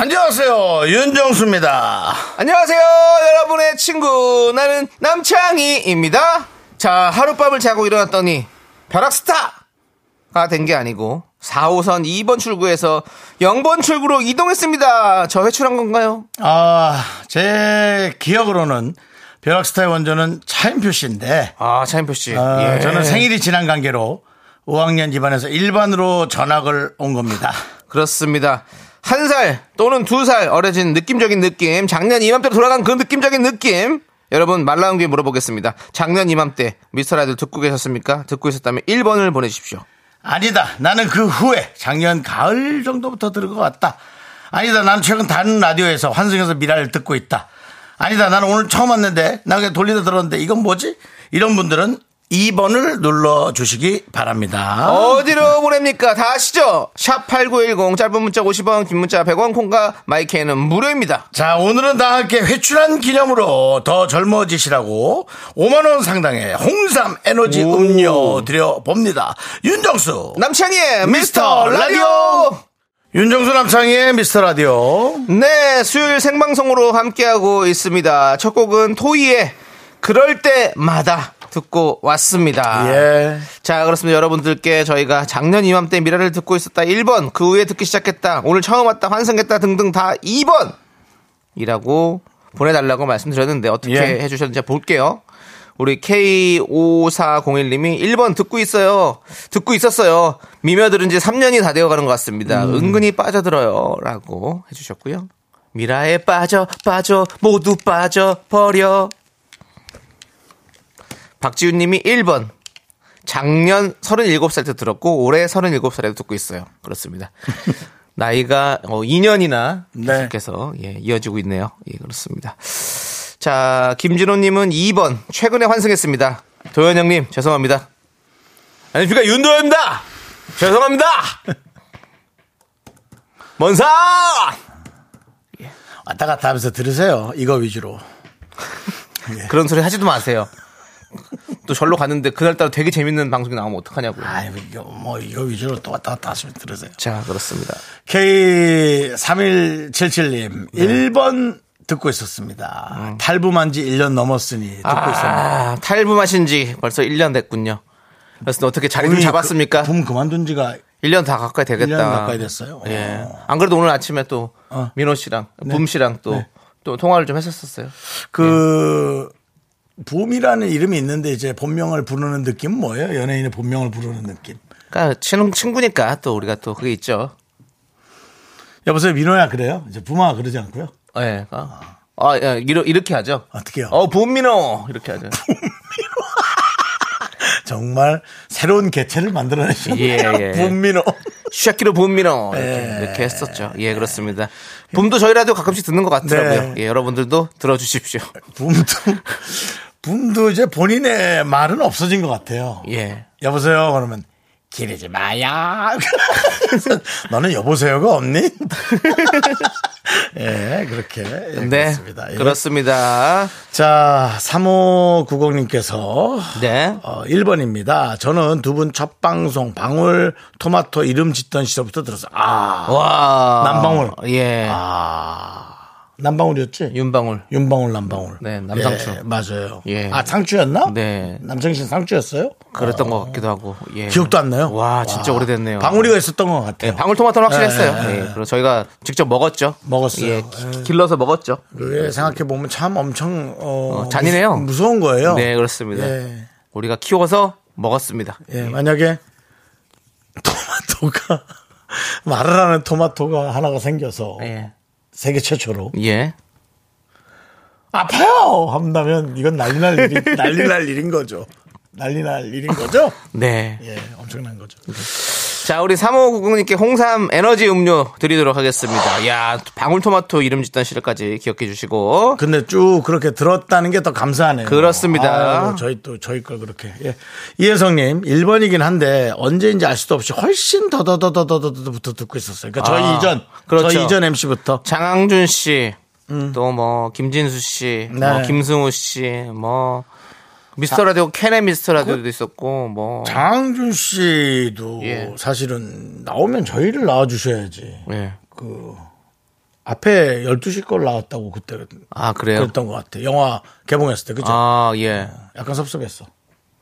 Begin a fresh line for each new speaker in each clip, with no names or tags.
안녕하세요 윤정수입니다
안녕하세요, 여러분의 친구. 나는 남창희입니다. 자, 하룻밤을 자고 일어났더니 벼락스타가 된 게 아니고 4호선 2번 출구에서 0번 출구로 이동했습니다. 저 회출한 건가요?
아, 아제 기억으로는 벼락스타의 원조는 차인표 씨인데
아, 차인표 씨.
아,
예.
저는 생일이 지난 관계로 5학년 집안에서 일반으로 전학을 온 겁니다
그렇습니다. 한 살 또는 두 살 어려진 느낌적인 느낌. 작년 이맘때로 돌아간 그 느낌적인 느낌. 여러분 말 나온 김에 물어보겠습니다. 작년 이맘때 미스터라이들 듣고 계셨습니까? 듣고 있었다면 1번을 보내십시오.
아니다. 나는 그 후에 작년 가을 정도부터 들은 것 같다. 아니다. 나는 최근 다른 라디오에서 환승에서 미라를 듣고 있다. 아니다. 나는 오늘 처음 왔는데 나 그냥 돌리다 들었는데 이건 뭐지? 이런 분들은 2번을 눌러 주시기 바랍니다.
아. 어디로 보냅니까? 다 아시죠? 샵 8910 짧은 문자 50원 긴 문자 100원 콩과 마이케는 무료입니다.
자, 오늘은 다 함께 회춘한 기념으로 더 젊어지시라고 5만원 상당의 홍삼 에너지 음료 드려봅니다. 윤정수.
남창희의 미스터 라디오
윤정수 남창희의 미스터 라디오.
네 수요일 생방송으로 함께하고 있습니다. 첫 곡은 토이의 그럴 때마다 듣고 왔습니다.
예.
자, 그렇습니다. 여러분들께 저희가 작년 이맘때 미라를 듣고 있었다 1번, 그 후에 듣기 시작했다, 오늘 처음 왔다, 환승했다 등등 다 2번! 이라고 보내달라고 말씀드렸는데 어떻게
예.
해주셨는지 볼게요. 우리 K5401님이 1번 듣고 있어요. 듣고 있었어요. 미며 들은 지 3년이 다 되어가는 것 같습니다. 은근히 빠져들어요. 라고 해주셨고요. 미라에 빠져, 빠져, 모두 빠져, 버려. 박지훈 님이 1번. 작년 37살 때 들었고 올해 37살에도 듣고 있어요. 그렇습니다. 나이가 어, 2년이나
네.
계속해서 예, 이어지고 있네요. 예, 그렇습니다. 자, 김진호 님은 2번. 최근에 환승했습니다. 도현 형님 죄송합니다. 안녕하십니까 그러니까 윤도현입니다. 죄송합니다. 먼사
왔다 갔다 하면서 들으세요. 이거 위주로.
그런 소리 하지도 마세요. 또 절로 갔는데 그날따라 되게 재밌는 방송이 나오면 어떡하냐고요.
아이, 이거 뭐, 이거 위주로 또 왔다 갔다 하시면 들으세요.
자, 그렇습니다.
K3177님, 1번 듣고 있었습니다. 탈북한 지 1년 넘었으니 듣고 있었네요.
아, 탈북하신 지 벌써 1년 됐군요. 그래서 어떻게 자리 좀
붐이
잡았습니까?
그, 붐 그만둔 지가
1년 다 가까이 되겠다.
1년 가까이 됐어요.
예.
어.
안 그래도 오늘 아침에 또
어.
민호 씨랑
네.
붐 씨랑 또,
네.
또 통화를 좀 했었었어요.
그, 붐이라는 이름이 있는데 이제 본명을 부르는 느낌 뭐예요? 연예인의 본명을 부르는 느낌.
그러니까 친, 친구니까 또 우리가 또 그게 있죠.
여보세요, 민호야, 그래요? 이제 붐아 그러지 않고요.
예. 어. 아, 예, 이러- 이렇게 하죠.
어떻게요?
어, 붐민호! 이렇게 하죠.
정말 새로운 개체를 만들어내셨네요.
예, 예.
붐민호.
슈아키로 붐민호
네.
이렇게, 이렇게 했었죠. 예, 그렇습니다. 붐도 저희라도 가끔씩 듣는 것 같더라고요.
네.
예, 여러분들도 들어주십시오.
붐도 붐도 이제 본인의 말은 없어진 것 같아요.
예.
여보세요. 그러면 기르지 마야. 그래서 너는 여보세요가 없니? 예, 그렇게 예,
네.
그렇습니다. 예.
그렇습니다.
자, 3590님께서
네.
어, 1번입니다. 저는 두 분 첫 방송 방울 토마토 이름 짓던 시절부터 들었어요. 아,
와.
남방울. 아.
예.
남방울이었지?
윤방울.
윤방울 남방울.
네, 남상추.
예, 맞아요.
예.
아, 상추였나?
네.
남정신 상추였어요?
그랬던 것 같기도 하고. 예.
기억도 안 나요.
와, 진짜 오래됐네요.
방울이가 있었던 것
예,
같아요.
방울토마토는 확실했어요.
예,
예, 그리고 저희가 직접 먹었죠.
먹었어요. 네.
예, 기- 길러서 먹었죠.
그게 생각해 보면 참 엄청 어,
어, 잔인해요.
무서- 무서운 거예요.
네, 그렇습니다.
어. 예.
우리가 키워서 먹었습니다.
예, 만약에 토마토가 말을 하는 토마토가 하나가 생겨서
예.
세계 최초로
예.
아파요 한다면 이건 난리 날 일이 난리 날 일인 거죠. 난리 날 일인 거죠.
네.
예, 엄청난 거죠.
자, 우리 3599님께 홍삼 에너지 음료 드리도록 하겠습니다. 야, 방울토마토 이름 짓던 시절까지 기억해 주시고.
근데 쭉 그렇게 들었다는 게 더 감사하네요.
그렇습니다.
아유, 뭐 저희 또 저희 걸 그렇게. 예. 이혜성님 1번이긴 한데 언제인지 알 수도 없이 훨씬 더 더 더 더 더 더부터 듣고 있었어요. 그러니까 저희
아,
이전,
그렇죠.
저희 이전 MC부터.
장항준 씨, 또 뭐 김진수 씨,
음. 네.
뭐 김승우 씨, 뭐 미스터 라디오 캔의 미스터 라디오도 있었고 뭐
그 장준 씨도
예.
사실은 나오면 저희를 나와주셔야지.
예.
그 앞에 12시 걸 나왔다고 그때
아 그래요?
그랬던 것 같아. 영화 개봉했을 때 그죠?
아 예.
약간 섭섭했어.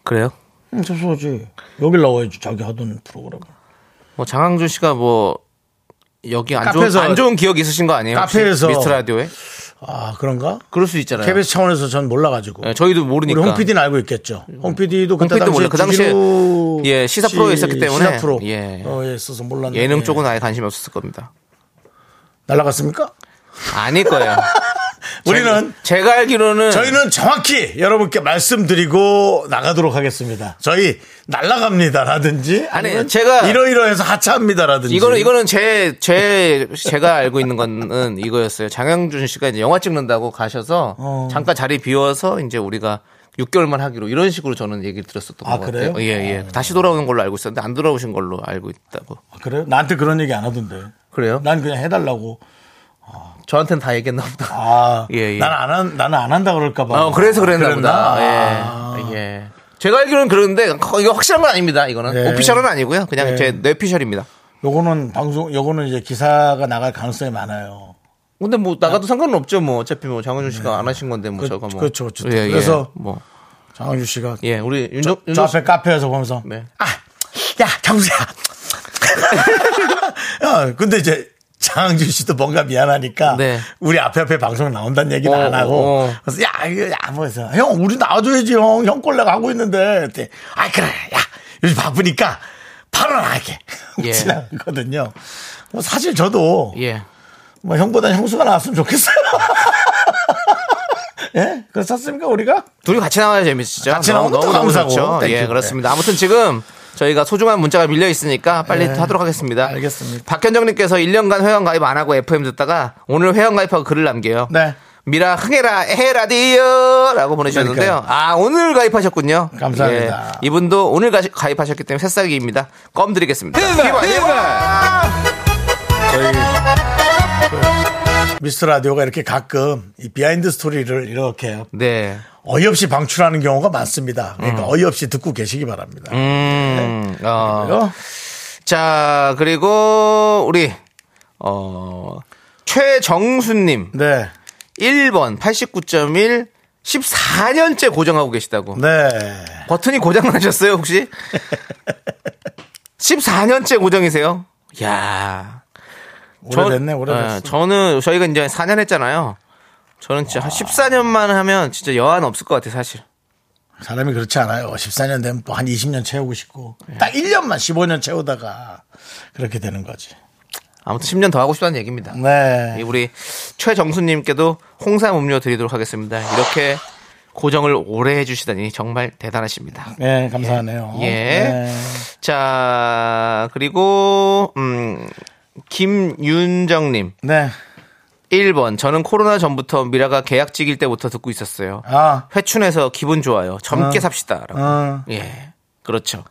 그래요?
응, 섭섭하지. 음, 여길 나와야지 자기 하던 프로그램.
뭐 장항준 씨가 뭐 여기 안 좋은
카페에서-
안 좋은 기억 있으신 거 아니에요? 혹시?
카페에서-
미스터 라디오에
아 그런가?
그럴 수 있잖아요.
KBS 차원에서 전 몰라가지고.
예, 네. 저희도 모르니까.
우리 홍 PD는 알고 있겠죠. 홍 PD도 그때
홍
당시에
PD 도 몰라. 그 당시에
주진우
예, 시사
씨
프로에 있었기 때문에.
시사 프로
예.
어, 예, 있어서 몰랐는데
예능 쪽은 아예 관심이 없었을 겁니다.
날라갔습니까?
아닐 거예요.
우리는
제가 알기로는
저희는 정확히 여러분께 말씀드리고 나가도록 하겠습니다. 저희 날라갑니다라든지
아니,
아니면
제가-
이러이러해서 하차합니다라든지
음. 이거는 이거는 제 제 제가 알고 있는 거는 이거였어요. 장영준 씨가 이제 영화 찍는다고 가셔서
어.
잠깐 자리 비워서 이제 우리가 6개월만 하기로 이런 식으로 저는 얘기를 들었었던
아,
것
그래요?
같아요. 예, 예. 다시 돌아오는 걸로 알고 있었는데 안 돌아오신 걸로 알고 있다고.
아, 그래요? 나한테 그런 얘기 안 하던데.
그래요?
난 그냥 해달라고.
저한테는 다 얘기했나 보다.
아,
예, 예.
난안 한, 나는 안 한다 아, 그럴까봐.
어, 그래서 그랬나 보다.
아.
예. 예. 제가 알기로는 그런데 이거 확실한 건 아닙니다. 이거는
예.
오피셜은 아니고요. 그냥
예.
제 뇌피셜입니다.
요거는 방송, 요거는 이제 기사가 나갈 가능성이 많아요.
근데 뭐 나가도 상관은 없죠. 뭐 어차피 뭐 장원준 씨가 안 하신 건데 뭐
아. 그-
저가 뭐
그렇죠, 그렇죠. 그래서
뭐
장항주 씨가
예, 우리 윤
저,
정윤
저 앞에 카페에서 보면서
네.
아, 야 경수야. 야, 근데 이제 장항준 씨도 뭔가 미안하니까
네.
우리 앞에 앞에 방송 나온다는 얘기는
어,
안 하고
어.
그래서 야 이거 야 뭐서 형 우리 나와줘야지 형형 꼴레가 하고 있는데 그때 아 그래 야 요즘 바쁘니까 바로 나게
예.
지나거든요. 뭐 사실 저도
예.
뭐 형보다 형수가 나왔으면 좋겠어요. 예? 그렇습니까 우리가?
둘이 같이 나와야 재밌죠.
같이
너무-
나오면 또
너무
감사하고.
좋죠.
땡큐.
예, 그렇습니다. 아무튼 지금 저희가 소중한 문자가 밀려 있으니까 빨리 하도록 하겠습니다.
예, 알겠습니다.
박현정님께서 1년간 회원 가입 안 하고 FM 듣다가 오늘 회원 가입하고 글을 남겨요.
네.
미라 흥해라 해라디요라고 보내주셨는데요.
그러니까요.
아 오늘 가입하셨군요.
감사합니다.
예, 이분도 오늘 가- 가입하셨기 때문에 새싹이입니다. 껌 드리겠습니다. 휘발, 휘발.
저희 그 미스터 라디오가 이렇게 가끔 이 비하인드 스토리를 이렇게
네.
어이없이 방출하는 경우가 많습니다. 그러니까 어이없이 듣고 계시기 바랍니다. 네.
음. 어.
그리고
자, 그리고 우리 어 최정수 님
네,
1번 89.1 14년째 고정하고 계시다고.
네.
버튼이 고장 나셨어요, 혹시? 14년째 고정이세요? 야.
오래됐네, 오래됐어.
예, 저는 저희가 이제 4년 했잖아요. 저는 진짜 한 14년만 하면 진짜 여한 없을 것 같아요, 사실.
사람이 그렇지 않아요. 14년 되면 또 한 20년 채우고 싶고
예.
딱 1년만 15년 채우다가 그렇게 되는 거지.
아무튼 10년 더 하고 싶다는 얘기입니다. 이
네.
우리 최정수님께도 홍삼 음료 드리도록 하겠습니다. 이렇게 고정을 오래 해주시다니 정말 대단하십니다.
네, 감사하네요.
예.
네.
자, 그리고, 음, 김윤정님.
네.
1번. 저는 코로나 전부터 미라가 계약직일 때부터 듣고 있었어요.
아,
회춘해서 기분 좋아요. 젊게 삽시다. 라고.
어.
예. 그렇죠.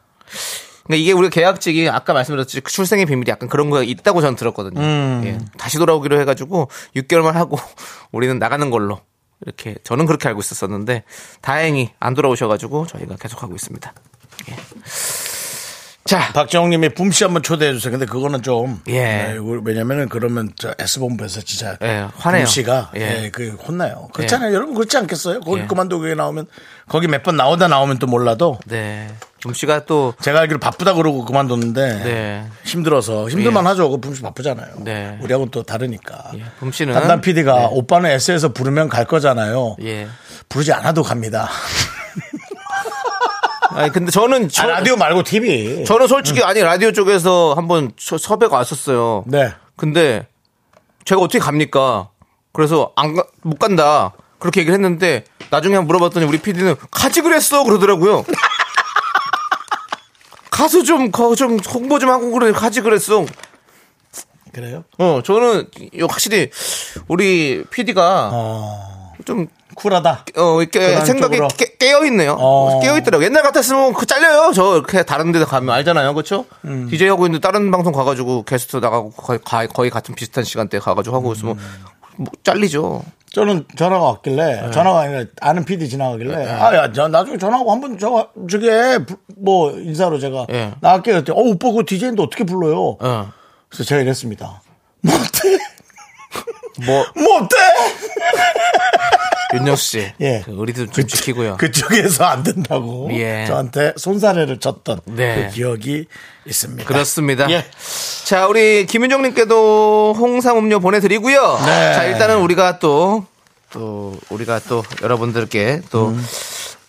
근데 이게 우리가 계약직이 아까 말씀드렸듯이 그 출생의 비밀이 약간 그런 거 있다고 저는 들었거든요.
음.
예. 다시 돌아오기로 해가지고 6개월만 하고 우리는 나가는 걸로 이렇게 저는 그렇게 알고 있었었는데 다행히 안 돌아오셔가지고 저희가 계속하고 있습니다. 예. 자,
박정욱님이 붐씨 한번 초대해 주세요. 근데 그거는 좀
예.
네, 이거 왜냐면은 그러면 저 S 본부에서 진짜
예, 화내요.
붐씨가
예.
예. 그 혼나요. 그렇잖아요. 여러분 그렇지 않겠어요? 거기 그만두고 나오면 거기 몇 번 나오다 나오면 또 몰라도
네. 음씨가 또
제가 알기로 바쁘다 그러고 그만뒀는데
네. 예.
힘들어서 힘들만 하죠. 그 붐씨 바쁘잖아요.
네.
우리하고 또 다르니까.
예, 붐씨는 네.
담당 PD가 오빠는 S에서 부르면 갈 거잖아요.
예.
부르지 않아도 갑니다.
아니 근데 저는 저,
아, 라디오 말고 TV.
저는 솔직히 아니 라디오 쪽에서 한번 서- 섭외가 왔었어요.
네.
근데 제가 어떻게 갑니까? 그래서 안 가- 못 간다. 그렇게 얘기를 했는데 나중에 한번 물어봤더니 우리 PD는 가지 그랬어 그러더라고요. 가서 좀, 거, 좀 홍보 좀 하고 그래, 하지 그랬어.
그래요?
어, 저는 요 확실히 우리 PD가
어,
좀
쿨하다.
어, 이렇게
그런
생각이
쪽으로.
깨, 깨어있네요.
어.
깨어있더라고. 옛날 같았으면 그 잘려요. 저 이렇게 다른 데 가면 알잖아요. 그쵸?
음.
DJ 하고 있는데 다른 방송 가가지고 게스트 나가고 거의, 가- 거의 같은 비슷한 시간대에 가가지고 하고 있으면
음.
뭐 잘리죠.
저는 전화가 왔길래
네.
전화가 아니라 아는 PD 지나가길래 아야 나중에 전화하고 한번 저 저게 부- 뭐 인사로 제가
예.
나갈게요 그랬더니, 어 오빠 그 DJ인데 어떻게 불러요
어.
그래서 제가 이랬습니다 뭐 어때
뭐,
뭐 어때
윤영수 씨.
예.
그 의리도 좀 지키고요.
그쪽에서 안 된다고
예.
저한테 손사래를 쳤던
네.
그 기억이 있습니다
그렇습니다.
예.
자, 우리 김윤정님께도 홍삼 음료 보내드리고요.
네.
자, 일단은 우리가 또, 또, 우리가 또 여러분들께 또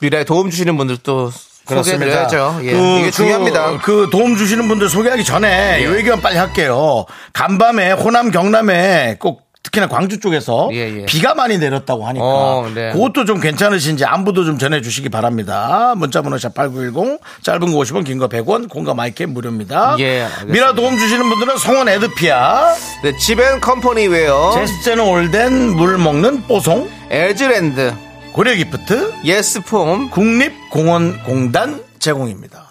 미래에 도움 주시는 분들 또
그렇습니다.
소개해드려야죠. 예.
그,
이게
그,
중요합니다. 예.
그 도움 주시는 분들 소개하기 전에 이 얘기만 빨리 할게요. 간밤에 호남 경남에 꼭 특히나 광주 쪽에서
예, 예.
비가 많이 내렸다고 하니까
어, 네.
그것도 좀 괜찮으신지 안부도 좀 전해주시기 바랍니다. 문자번호 샵8910 짧은 거 50원 긴 거 100원 공과 마이크 무료입니다.
예, 알겠습니다.
미라 도움 주시는 분들은 성원 에드피아
네, 집앤 컴퍼니 웨어,
제스제는 올덴 물 먹는 뽀송
에즈랜드,
고려기프트
예스폼.
국립공원공단 제공입니다.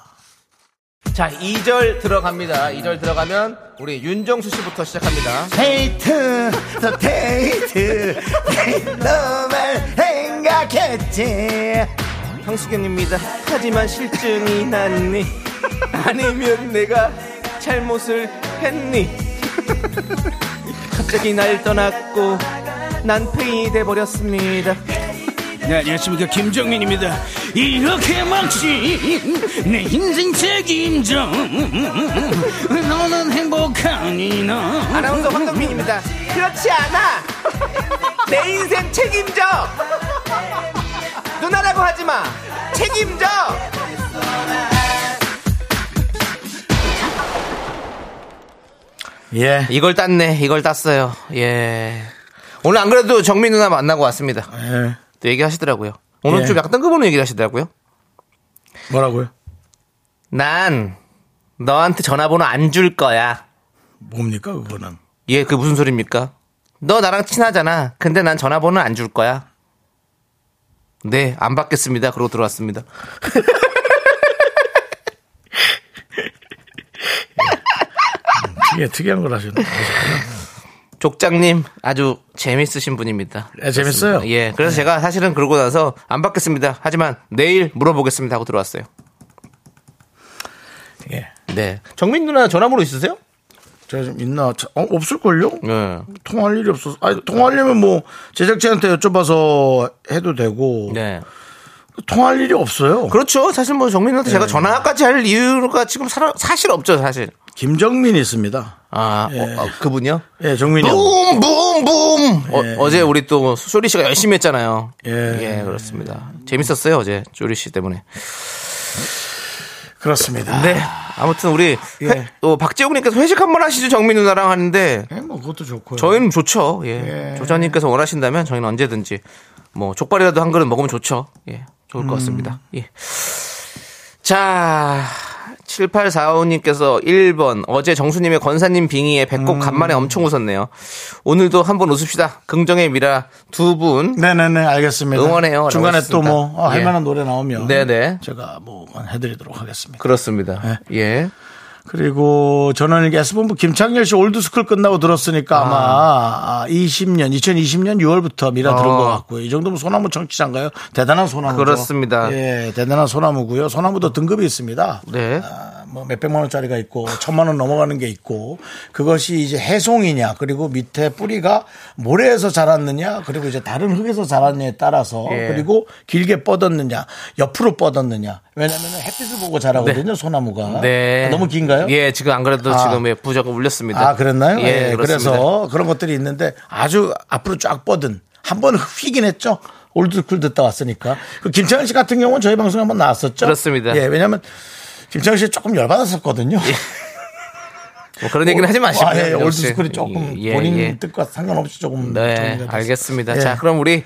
자, 2절 들어갑니다. 2절 들어가면 우리 윤정수 씨부터 시작합니다.
데이트 또 데이트 너만 생각했지
형수경입니다. 하지만 실증이 났니? 아니면 내가 잘못을 했니? 갑자기 날 떠났고 난 페인이 버렸습니다.
네, 안녕하십니까. 김정민입니다. 이렇게 막지, 내 인생 책임져. 너는 행복하니, 나.
아나운서 황동민입니다. 그렇지 않아. 내 인생 책임져. 누나라고 하지 마. 책임져.
예
이걸 땄네. 이걸 땄어요. 예. 오늘 안 그래도 정민 누나 만나고 왔습니다.
예.
또 얘기하시더라고요. 오늘
예.
좀 약간 뜬금없는 얘기를 하시더라고요.
뭐라고요?
난 너한테 전화번호 안 줄 거야.
뭡니까 그거는
얘 그 무슨 소리입니까? 너 나랑 친하잖아. 근데 난 전화번호 안 줄 거야. 네, 안 받겠습니다. 그러고 들어왔습니다.
되게 특이한 걸 하시네
족장님 아주 재밌으신 분입니다.
예, 재밌어요.
그렇습니다. 예, 그래서 제가 사실은 그러고 나서 안 받겠습니다. 하지만 내일 물어보겠습니다 하고 들어왔어요.
예.
네, 정민 누나 전화번호 있으세요?
제가 좀 있나 자, 어, 없을걸요?
네.
통할 일이 없어서 아니 통하려면 뭐 제작진한테 여쭤봐서 해도 되고
네.
통할 일이 없어요
그렇죠. 사실 뭐 정민 누나한테 제가 전화까지 할 이유가 지금 살아- 사실 없죠, 사실.
김정민이 있습니다
아, 어, 어, 그분요?
예 정민이 형.
붐, 붐, 붐. 어, 어제 우리 또 쇼리 씨가 열심히 했잖아요.
예.
예. 그렇습니다. 재밌었어요, 어제. 쇼리 씨 때문에.
그렇습니다
네. 아무튼 우리 회-
예.
어, 박재욱 님께서 회식 한 번 하시죠, 정민 누나랑 하는데
예, 뭐 그것도 좋고요
음. 저희는 좋죠. 예. 조자 님께서 원하신다면 저희는 언제든지 뭐 족발이라도 한 그릇 먹으면 좋죠. 예. 좋을 것
음.
같습니다. 예. 자, 7845님께서 1번 어제 정수님의 권사님 빙의에
음.
배꼽 간만에 엄청 웃었네요. 오늘도 한번 웃읍시다. 긍정의 미라 두 분.
네네네 알겠습니다.
응원해요.
중간에
라고
또 뭐
했습니다.
할
예.
만한 노래 나오면
네네.
제가 뭐 해드리도록 하겠습니다.
그렇습니다. 예.
그리고 저는 이게 S본부 김창렬 씨 올드스쿨 끝나고 들었으니까 아마 20년 2020년 6월부터 미라
어.
들은 것 같고요. 이 정도면 소나무 청취자인가요? 대단한 소나무죠.
그렇습니다.
예, 대단한 소나무고요. 소나무도 등급이 있습니다.
네.
아, 뭐 몇백만 원짜리가 있고 천만 원 넘어가는 게 있고 그것이 이제 해송이냐 그리고 밑에 뿌리가 모래에서 자랐느냐 그리고 이제 다른 흙에서 자랐느냐에 따라서
예.
그리고 길게 뻗었느냐 옆으로 뻗었느냐 왜냐하면 햇빛을 보고 자라거든요 소나무가
네.
아, 너무 긴가요?
예, 지금 안 그래도
아.
지금 예, 부자가 울렸습니다.
아 그랬나요?
예,
예,
그렇습니다.
그래서 그런 것들이 있는데 아주 앞으로 쫙 뻗은 한 번 휘긴 했죠. 올드쿨 듣다 왔으니까 그 김창현 씨 같은 경우는 저희 방송에 한번 나왔었죠.
그렇습니다.
예, 왜냐하면 김창현 씨 조금 열받았었거든요.
뭐 그런 얘기는 하지 마시고요.
아, 예,
역시.
올드스쿨이 조금
예,
본인
예.
뜻과 상관없이 조금. 정리가
네,
됐어요.
알겠습니다.
예.
자, 그럼 우리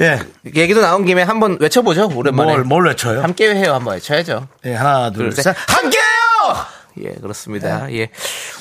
예.
얘기도 나온 김에 한번 외쳐보죠. 오랜만에
뭘, 뭘 외쳐요?
함께 해요. 한번 외쳐야죠.
예, 하나, 둘,
둘, 셋.
셋. 함께요!
예, 그렇습니다. 예.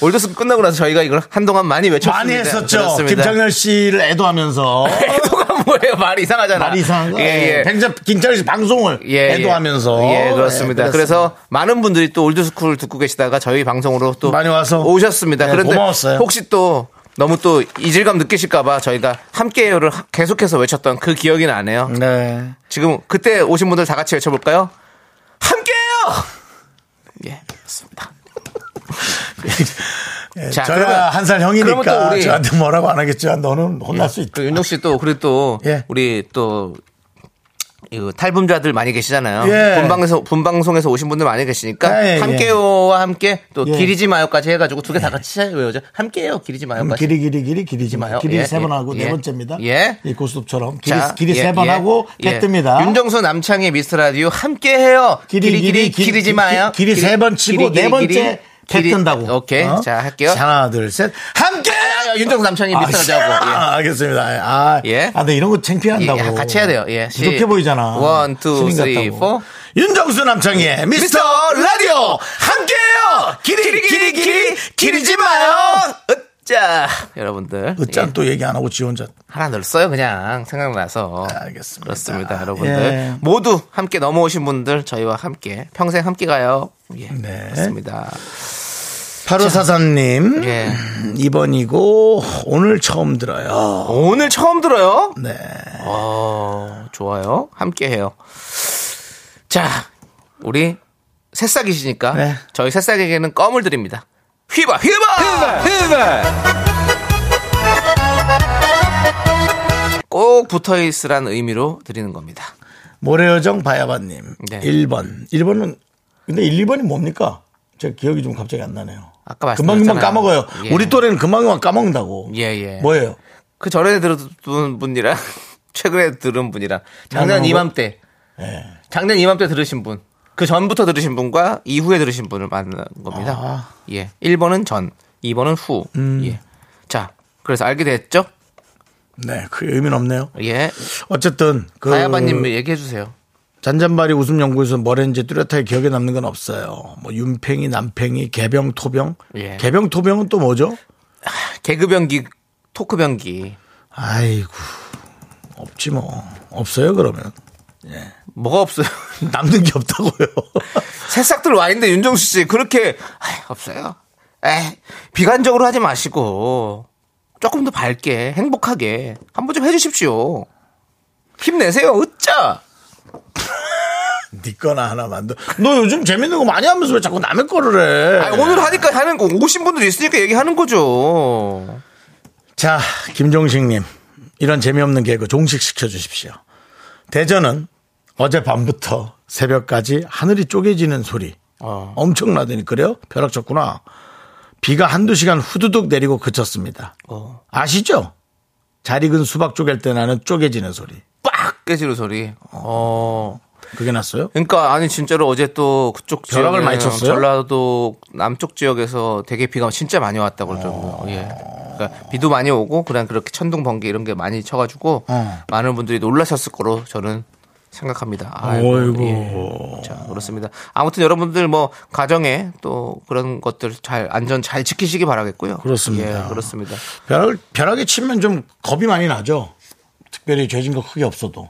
올드스 끝나고 나서 저희가 이걸 한동안 많이 외쳤습니다.
많이 했었죠.
그렇습니다.
김창렬 씨를 애도하면서
애도가 뭐예요? 말 이상하잖아.
말이 이상한 거.
예, 예.
굉장히 김창렬 씨 방송을
예,
애도하면서
예, 그렇습니다.
예,
그래서 많은 분들이 또 올드스쿨 듣고 계시다가 저희 방송으로 또
많이 와서
오셨습니다.
예,
그런데
고마웠어요.
혹시 또 너무 또 이질감 느끼실까봐 저희가 함께요를 계속해서 외쳤던 그 기억이 나네요.
네.
지금 그때 오신 분들 다 같이 외쳐볼까요? 함께요. 예, 그렇습니다.
예,
자,
저희가
그러면-
한 살
그러면
형이니까
또 우리-
저한테 뭐라고 안 하겠지만 너는 혼날 수 있다.
그 윤종 씨또 그리고 또
예.
우리 또 이거 탈북자들 많이 계시잖아요.
예.
본방에서 본방송에서 오신 분들 많이 계시니까
예, 예.
함께요와 함께 또
예.
기리지 마요까지 해가지고 두 개 다 같이 외우죠. 함께요 기리지 마요까지.
음, 길이 길이 길이 길이지 마요.
마요.
길이
예,
세 번
예,
하고
예.
네 번째입니다.
예.
이 고스톱처럼 길이
자,
길이
예,
세 번
예,
하고
예.
뜹니다.
윤정수 남창의 미스 라디오 함께해요.
길이,
길이 길이,
길이, 길이,
길이, 지 마요.
길이 세번 치고 네 번째 배
길이.
뜬다고.
오케이
어?
자 할게요.
하나 둘 셋. 함께.
아, 아, 윤정수 남창의 미스 라디오고. 예.
아, 알겠습니다. 아,
예.
아, 근데 이런 거 창피한다고.
예, 같이 해야 돼요. 예, 시-
부족해 보이잖아.
원, 투,
신인
쓰리,
같다고.
포.
윤정수 남창희의 미스터 라디오 함께해요. 길이 길이 길이 길이지 마요.
으짜 여러분들
으짠
예,
또 얘기 안 하고 지 혼자.
하나 넣었어요 그냥 생각나서
알겠습니다.
그렇습니다 여러분들
예.
모두 함께 넘어오신 분들 저희와 함께 평생 함께 가요 예
네.
그렇습니다
8543님
예.
번이고 오늘 처음 들어요.
오늘 처음 들어요
네.
어 좋아요 함께 해요 자 우리 새싹이시니까
네.
저희 새싹에게는 껌을 드립니다 휘바 휘바 꼭 붙어 있으란 의미로 드리는 겁니다
모래여정 바야바님
네.
1번. 1번은 근데 1, 2번이 뭡니까? 제가 기억이 좀 갑자기 안 나네요.
아까 말씀드렸잖아요.
금방 금방 까먹어요.
예.
우리 또래는 금방 금방 까먹는다고.
예, 예.
뭐예요?
그 전에 들었던 분이랑 최근에 들은 분이랑
나는
작년
뭐-
이맘때
예.
작년 이맘때 들으신 분. 그 전부터 들으신 분과 이후에 들으신 분을 만난 겁니다. 예. 1번은 전, 2번은 후. 예. 자, 그래서 알게 됐죠?
네, 그 의미는 없네요.
예.
어쨌든 그
다야바님 얘기해 주세요.
잔잔바리 웃음 연구에서 뭐랬는지 뚜렷하게 기억에 남는 건 없어요. 뭐 윤팽이, 남팽이, 개병, 토병.
예.
개병, 토병은 또 뭐죠?
개그 변기, 토크 변기.
아이고 없지 뭐 없어요 그러면
뭐가 없어요?
남는 게 없다고요.
새싹들 와 있는데 윤정수 씨 그렇게 아이, 없어요. 에 비관적으로 하지 마시고 조금 더 밝게 행복하게 한번 좀 해주십시오. 힘내세요. 으짜.
네 거나 하나 만들. 너 요즘 재밌는 거 많이 하면서 왜 자꾸 남의 거를 해?
아니, 오늘 하니까 하는 거 오신 분들 있으니까 얘기하는 거죠.
자 김종식님 이런 재미없는 개그 종식 시켜 주십시오. 대전은 어젯밤부터 새벽까지 하늘이 쪼개지는 소리
어.
엄청나더니 그래요? 벼락쳤구나. 비가 한두 시간 후두둑 내리고 그쳤습니다.
어.
아시죠? 잘 익은 수박 쪼갤 때 나는 쪼개지는 소리.
빡 깨지는 소리. 어.
그게 났어요?
그러니까 아니 진짜로 어제 또 그쪽 지역
벼락을 많이 쳤어요?
전라도 남쪽 지역에서 되게 비가 진짜 많이 왔다고 그러더라고요. 예. 그러니까 비도 많이 오고 그냥 그렇게 천둥 번개 이런 게 많이 쳐가지고
어.
많은 분들이 놀라셨을 거로 저는 생각합니다. 아이고, 예.
어이구.
자 그렇습니다. 아무튼 여러분들 뭐 가정에 또 그런 것들 잘 안전 잘 지키시기 바라겠고요.
그렇습니다.
예, 그렇습니다.
벼락, 벼락에 치면 좀 겁이 많이 나죠. 특별히 죄진 거 크게 없어도.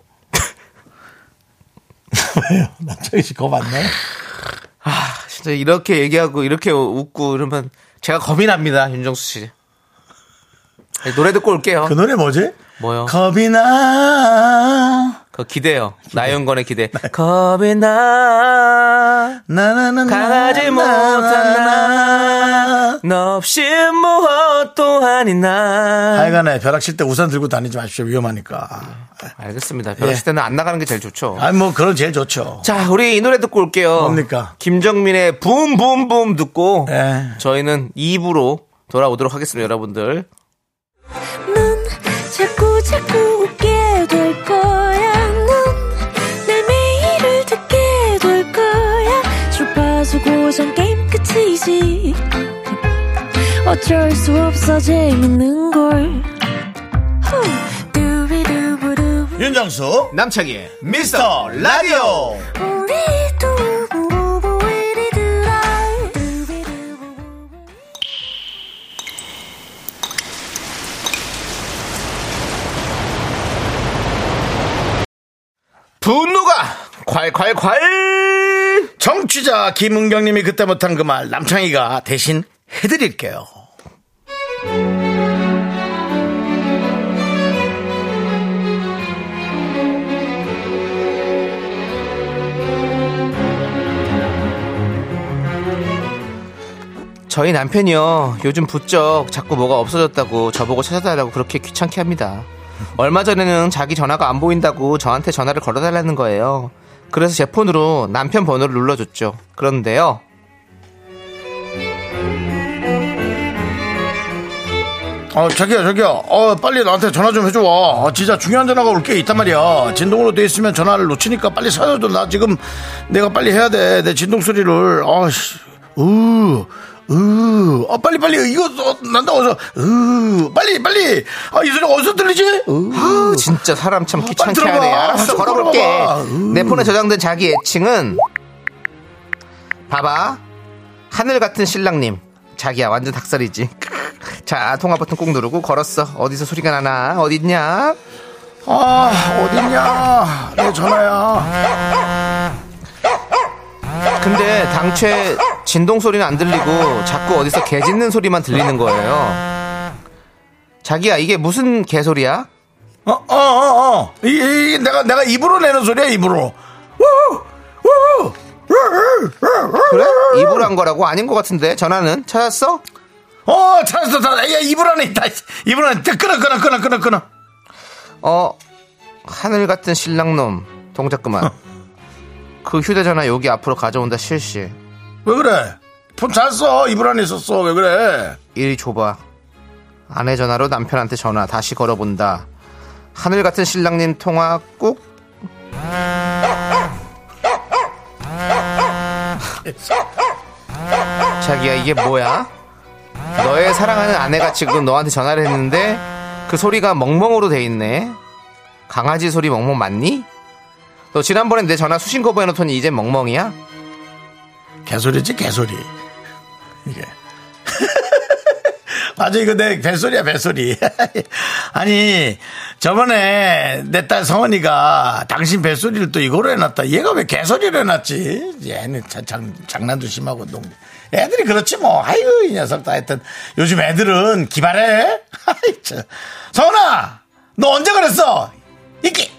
왜요? 남창희 씨겁안 나요?
아, 진짜 이렇게 얘기하고 이렇게 웃고 이러면 제가 겁이 납니다, 윤정수 씨. 노래 듣고 올게요.
그 노래 뭐지?
뭐요?
겁이 나.
그 기대요. 나윤건의 기대. 겁이 나.
나나나.
강하지 못한 나. 너 없이 무엇도 아닌 나.
하여간에 벼락 칠 때 우산 들고 다니지 마십시오. 위험하니까.
알겠습니다. 벼락 시대는 안 나가는 게 제일 좋죠.
예. 아니, 뭐, 그런 제일 좋죠.
자, 우리 이 노래 듣고 올게요.
뭡니까?
김정민의 붐붐붐 듣고
예.
저희는 2부로 돌아오도록 하겠습니다, 여러분들.
넌 자꾸 자꾸 웃게 될 거야. 넌내 매일을 듣게 될 거야. 주파수 고정 게임 끝이지. 어쩔 수 없어 재밌는 걸. 후. 두비두부두.
윤정수.
남창희의
미스터 라디오.
우리 두부부부 우리 두라.
분노가 콸콸콸!
정취자 김은경님이 그때 못한 그 말 남창희가 대신 해드릴게요.
저희 남편이요 요즘 부쩍 자꾸 뭐가 없어졌다고 저보고 찾아달라고 그렇게 귀찮게 합니다 얼마 전에는 자기 전화가 안 보인다고 저한테 전화를 걸어달라는 거예요 그래서 제 폰으로 남편 번호를 눌러줬죠 그런데요
어 저기요 저기요 어 빨리 나한테 전화 좀 해줘 어, 진짜 중요한 전화가 올 게 있단 말이야 진동으로 돼 있으면 전화를 놓치니까 빨리 사줘줘 나 지금 내가 빨리 해야 돼 내 진동 소리를 아, 어씨 으으어 아, 빨리 빨리 이거 어, 난다 어서 으 빨리 빨리 아이 소리 어디서 들리지 으
아, 진짜 사람 참 귀찮게
들어봐.
하네 알았어
아, 좀
걸어볼게
걸어봐. 음.
내 폰에 저장된 자기 애칭은 봐봐 하늘 같은 신랑님 자기야 완전 닭살이지 자 통화 버튼 꾹 누르고 걸었어 어디서 소리가 나나 어딨냐
아, 어딨냐? 내 전화야.
근데 당최 진동 소리는 안 들리고 자꾸 어디서 개 짖는 소리만 들리는 거예요. 자기야 이게 무슨 개소리야?
어, 어, 어, 어. 이, 이, 이 내가, 내가 입으로 내는 소리야, 입으로. 우후! 우후!
그래? 입으로 한 거라고 아닌 것 같은데 전화는 찾았어?
어, 찾았어, 찾았어. 야, 입으로 안에 있다. 입으로 안에 있다. 끊어, 끊어, 끊어, 끊어, 끊어.
어 하늘 같은 신랑놈 동작 그만. 그 휴대전화 여기 앞으로 가져온다 실시.
왜 그래? 폰 찾았어. 입으로 안에 있었어. 왜 그래?
이리 줘봐. 아내 전화로 남편한테 전화 다시 걸어본다. 하늘 같은 신랑님 통화 꾹. 자기야 이게 뭐야? 너의 사랑하는 아내가 지금 너한테 전화를 했는데 그 소리가 멍멍으로 돼 있네. 강아지 소리 멍멍 맞니? 너 지난번에 내 전화 수신 거부해놓더니 이제 멍멍이야?
개소리지, 개소리. 이게. 아주 이거 내 뱃소리야, 뱃소리. 아니, 저번에 내 딸 성원이가 당신 뱃소리를 또 이거로 해놨다. 얘가 왜 개소리를 해놨지? 얘는 참, 참, 장난도 심하고 농. 애들이 그렇지 뭐. 아유, 이 녀석 다 하여튼. 요즘 애들은 기발해. 아이, 참. 성원아! 너 언제 그랬어? 이게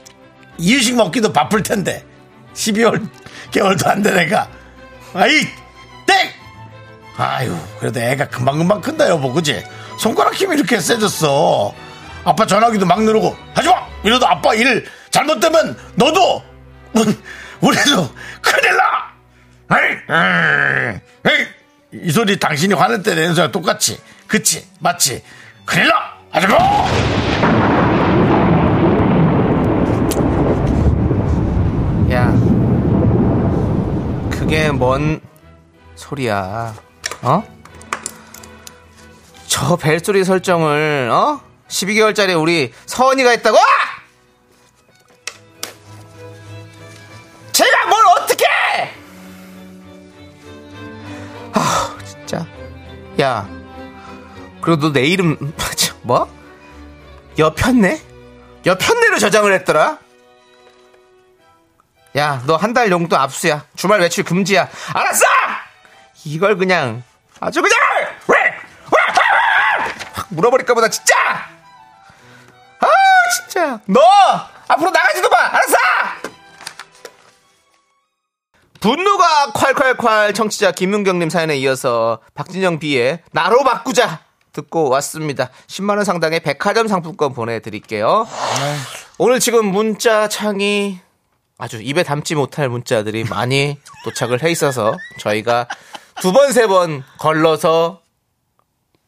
이유식 먹기도 바쁠 텐데. 12월, 개월도 안 된 애가. 아이, 땡! 아유, 그래도 애가 금방금방 큰다, 여보, 그지? 손가락 힘이 이렇게 세졌어. 아빠 전화기도 막 누르고, 하지 마! 이러다 아빠 일 잘못되면 너도, 문, 우리도 큰일 나! 에이, 에이, 에이. 이 소리 당신이 화낼 때 내는 소리랑 똑같지? 그치? 맞지? 큰일 나! 하지 마!
야, 그게 뭔 소리야? 어? 저 벨소리 설정을 어? 12개월짜리 우리 서은이가 했다고? 제가 뭘 어떻게? 아, 진짜. 야, 그리고 너 내 이름 참, 뭐? 여편네? 여편네로 저장을 했더라. 야, 너 한 달 용돈 압수야. 주말 외출 금지야. 알았어! 이걸 그냥 아주 그냥 왜? 왜? 확 물어버릴까 보다 진짜. 아, 진짜. 너 앞으로 나가지도 마. 알았어! 분노가 콸콸콸 청취자 김윤경님 사연에 이어서 박진영 B의 나로 바꾸자 듣고 왔습니다. 10만 원 상당의 백화점 상품권 보내드릴게요. 오늘 지금 문자 창이 아주 입에 담지 못할 문자들이 많이 도착을 해 있어서 저희가 두 번, 세 번 걸러서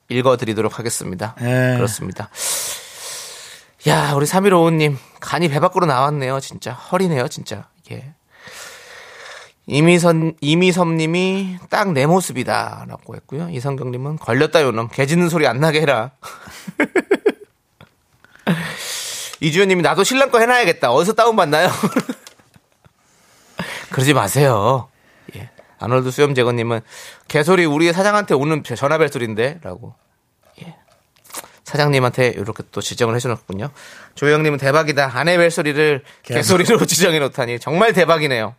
읽어드리도록 하겠습니다.
예.
그렇습니다. 야, 우리 3155님, 간이 배 밖으로 나왔네요, 진짜. 허리네요, 진짜. 이게. 이미선, 이미섭님이 딱 내 모습이다. 라고 했고요. 이성경님은 걸렸다, 요놈. 개 짖는 소리 안 나게 해라. 이주연님이 나도 신랑 거 해놔야겠다. 어디서 다운받나요? 그러지 마세요. 예. 아놀드 수염제거님은 개소리 우리 사장한테 오는 전화벨 소리인데? 라고. 예. 사장님한테 이렇게 또 지정을 해주셨군요. 조영님은 대박이다. 아내 벨소리를 개소리로 지정해 놓다니 정말 대박이네요.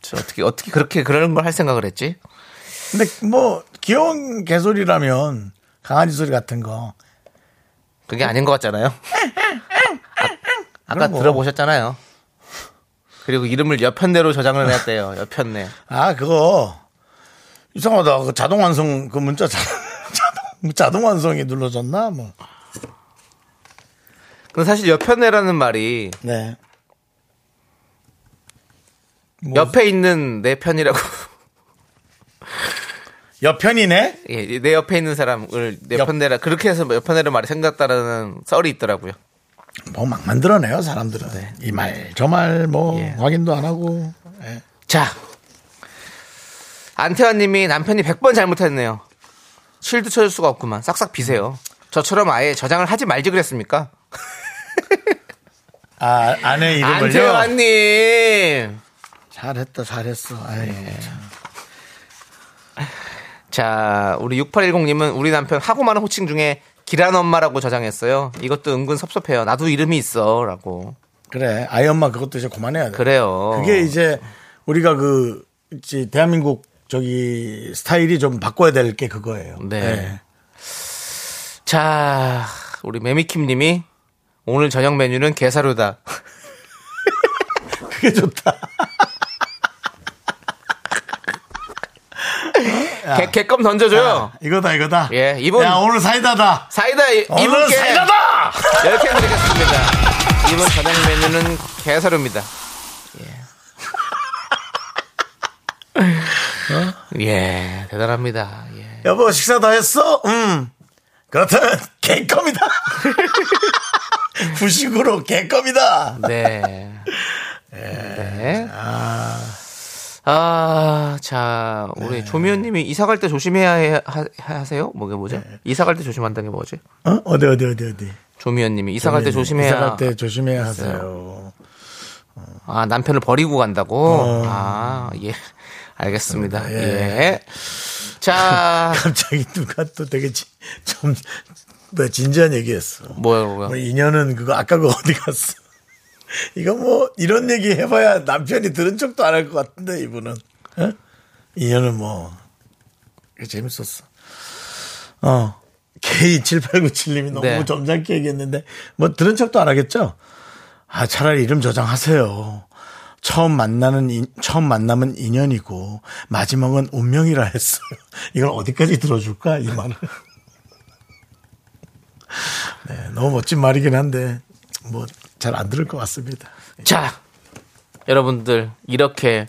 저 어떻게 어떻게 그렇게 그런 걸 할 생각을 했지?
근데 뭐 귀여운 개소리라면 강아지 소리 같은 거
그게 아닌 것 같잖아요. 아, 까
그럼 뭐.
들어보셨잖아요. 그리고 이름을 여편네로 저장을 해놨대요. 여편네.
아, 그거 이상하다. 그 자동 완성 그 문자 자, 자동 자동 완성이 눌러졌나? 뭐.
근데 사실 여편네라는 말이
네. 뭐,
옆에 있는 내 편이라고
옆편이네.
예, 내 옆에 있는 사람을 내
옆.
편네라 그렇게 해서 여편네를 말이 생겼다라는 썰이 있더라고요.
뭐 막 만들어내요 사람들은 이 말 저 말 뭐
예.
확인도 안 하고 예.
자. 안태환님이 남편이 100번 잘못했네요. 실드 쳐줄 수가 없구만. 싹싹 비세요. 저처럼 아예 저장을 하지 말지 그랬습니까?
아 아내 이름을요.
안태환님.
잘했다 잘했어. 아이, 참.
자, 우리 6810님은 우리 남편 하고 많은 호칭 중에 기란 엄마라고 저장했어요. 이것도 은근 섭섭해요. 나도 이름이 있어. 라고.
그래 아이 엄마 그것도 이제 그만해야 돼.
그래요. 어.
그게 이제 우리가 그 이제 대한민국 저기 스타일이 좀 바꿔야 될 게 그거예요.
네.
예.
자, 우리 매미킴 님이 오늘 저녁 메뉴는 게사료다.
그게 좋다.
개, 개껌 던져줘요.
이거다 이거다.
예, 이분-
야 오늘 사이다다.
사이다 이-
오늘
이분께
사이다다.
10개 드리겠습니다. 이번 저녁 메뉴는 게사료입니다. 예. 예, 대단합니다. 예.
여보 식사 다 했어? 음. 그렇다면 개껌이다. 부식으로 개껌이다. 어?
네. 네. 아, 자, 우리 조미연님이 이사 갈 때 조심해야 해- 하, 세요 뭐게 뭐죠? 이사 갈 때 조심한다는 게 뭐지?
어? 어디 어디 어디 네, 어디.
조미연님이 이사 갈 때 조심해야.
이사 갈 때 조심해야 하세요.
아, 남편을 버리고 간다고? 아, 예. 알겠습니다. 예. 자,
갑자기 누가 또 되게 좀 뭐 진지한 얘기했어.
뭐야, 뭐야.
뭐 인연은 그거 아까 그거 어디 갔어? 이거 뭐 이런 얘기 해봐야 남편이 들은 척도 안 할 것 같은데 이분은 어? 인연은 뭐 이거 재밌었어. 어 K7897님이 너무
네.
점잖게 얘기했는데 뭐 들은 척도 안 하겠죠? 아 차라리 이름 저장하세요. 처음 만나는 인- 처음 만남은 인연이고 마지막은 운명이라 했어요. 이걸 어디까지 들어줄까 이 말을. 너무 멋진 말이긴 한데 뭐 잘 안 들을 것 같습니다.
자, 여러분들 이렇게